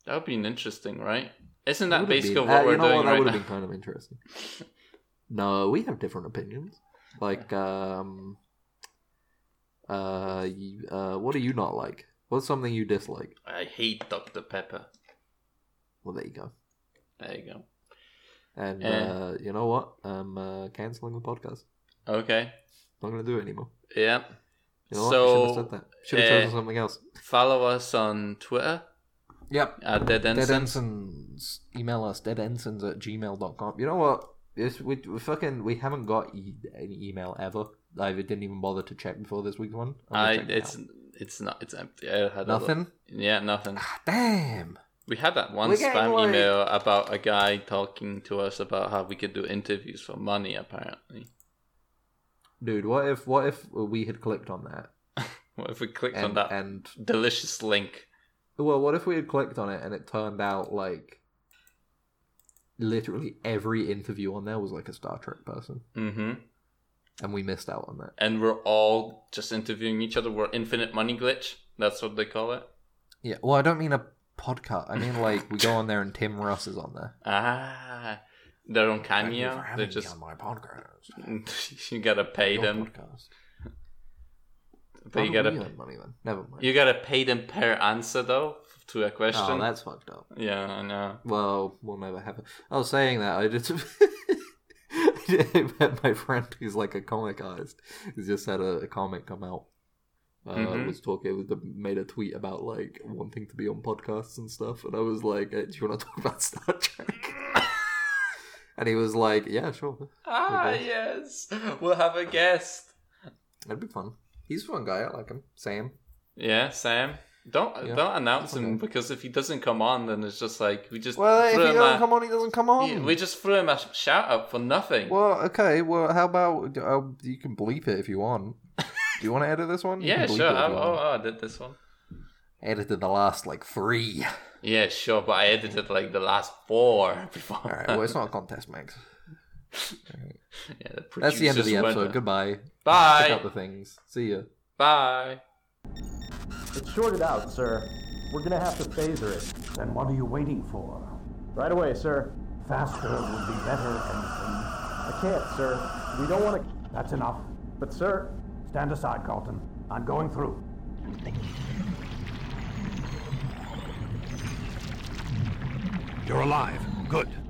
Speaker 2: That would be interesting, right? Isn't
Speaker 3: It
Speaker 2: that
Speaker 3: would've been-
Speaker 2: basically
Speaker 3: uh,
Speaker 2: what we're
Speaker 3: you know
Speaker 2: doing
Speaker 3: what? That
Speaker 2: right
Speaker 3: would
Speaker 2: now?
Speaker 3: have been kind of interesting. No, we have different opinions. Like, um, uh, you- uh, what do you not like? What's something you dislike?
Speaker 2: I hate Dr. Pepper.
Speaker 3: Well, there you go.
Speaker 2: There you go.
Speaker 3: And
Speaker 2: Eh.
Speaker 3: uh, you know what? I'm uh, canceling the podcast.
Speaker 2: Okay.
Speaker 3: Not gonna do it anymore.
Speaker 2: Yeah.
Speaker 3: You know
Speaker 2: So,
Speaker 3: what? I should have said that. Should have
Speaker 2: eh,
Speaker 3: chosen something else.
Speaker 2: Follow us on Twitter
Speaker 3: Yep.
Speaker 2: at Dead
Speaker 3: Dead
Speaker 2: Ensign.
Speaker 3: ensigns. Email us deadensigns at gmail.com. You know what? This we, we fucking we haven't got e- any email ever. I didn't even bother to check before this week's one. I'm gonna
Speaker 2: I
Speaker 3: check it
Speaker 2: it's
Speaker 3: now.
Speaker 2: it's not it's empty. I had a look.
Speaker 3: nothing.
Speaker 2: Yeah, nothing.
Speaker 3: Ah, damn.
Speaker 2: We had that one
Speaker 3: We're getting,
Speaker 2: spam
Speaker 3: like-
Speaker 2: email about a guy talking to us about how we could do interviews for money. Apparently,
Speaker 3: Dude, what if what if we had clicked on that
Speaker 2: what if we clicked
Speaker 3: and
Speaker 2: on that
Speaker 3: and
Speaker 2: delicious link?
Speaker 3: well, what if we had clicked on it and it turned out like literally every interview on there was like a Star Trek person,
Speaker 2: Mm-hmm.
Speaker 3: and we missed out on that.
Speaker 2: And we're all just interviewing each other. We're infinite money glitch. That's what they call it.
Speaker 3: Yeah, well, I don't mean a podcast. I mean like we go on there and Tim Russ is on there.
Speaker 2: Ah, they're on
Speaker 3: Thank you for
Speaker 2: cameo. They
Speaker 3: having me
Speaker 2: just
Speaker 3: on my podcast.
Speaker 2: you gotta pay
Speaker 3: Your
Speaker 2: them,
Speaker 3: podcast.
Speaker 2: but
Speaker 3: Why
Speaker 2: you
Speaker 3: don't we
Speaker 2: gotta
Speaker 3: earn money then. Never mind.
Speaker 2: you gotta pay them per answer though to a
Speaker 3: oh,
Speaker 2: question.
Speaker 3: that's fucked up.
Speaker 2: yeah, I know.
Speaker 3: Well, we'll never have it. I was saying that I did. I met my friend who's like a comic artist. He's just had a, a comic come out. Uh,
Speaker 2: Mhm.
Speaker 3: Was talking with the, made a tweet about like wanting to be on podcasts and stuff, and I was like, "Eh, "Do you want to talk about Star Trek?" and he was like, "Yeah, sure,
Speaker 2: Ah,
Speaker 3: Okay.
Speaker 2: yes, we'll have a guest.
Speaker 3: that'd be fun." He's a fun guy. I like him. Sam.
Speaker 2: Yeah, Sam. Don't
Speaker 3: Yeah,
Speaker 2: don't announce him
Speaker 3: okay.
Speaker 2: because if he doesn't come on, then it's just like we just
Speaker 3: Well, if he
Speaker 2: threw him
Speaker 3: doesn't
Speaker 2: a,
Speaker 3: come on, he doesn't come on.
Speaker 2: Yeah, we just threw him a shout out for nothing.
Speaker 3: Well, okay. Well, how about uh, you can bleep it if you want. Do you want to edit this one? You
Speaker 2: yeah,
Speaker 3: can bleep
Speaker 2: sure.
Speaker 3: it if
Speaker 2: I,
Speaker 3: you
Speaker 2: oh,
Speaker 3: want.
Speaker 2: oh, I did this one.
Speaker 3: Edited the last like three.
Speaker 2: Yeah, sure, but I edited like the last four before.
Speaker 3: All right. Well, it's not a contest, Max.
Speaker 2: yeah, the
Speaker 3: That's the end of
Speaker 2: producers
Speaker 3: the
Speaker 2: went,
Speaker 3: episode. Goodbye. Check out
Speaker 2: Bye.
Speaker 3: the things. See ya.
Speaker 2: Bye.
Speaker 4: It's shorted out, sir. We're gonna have to phaser it.
Speaker 5: Then what are you waiting for?
Speaker 4: Right away, sir.
Speaker 5: Faster would be better, Ensign.
Speaker 4: I can't, sir. We don't wanna.
Speaker 5: That's enough.
Speaker 4: But, sir.
Speaker 5: Stand aside, Carlton. I'm going through. You're alive. Good.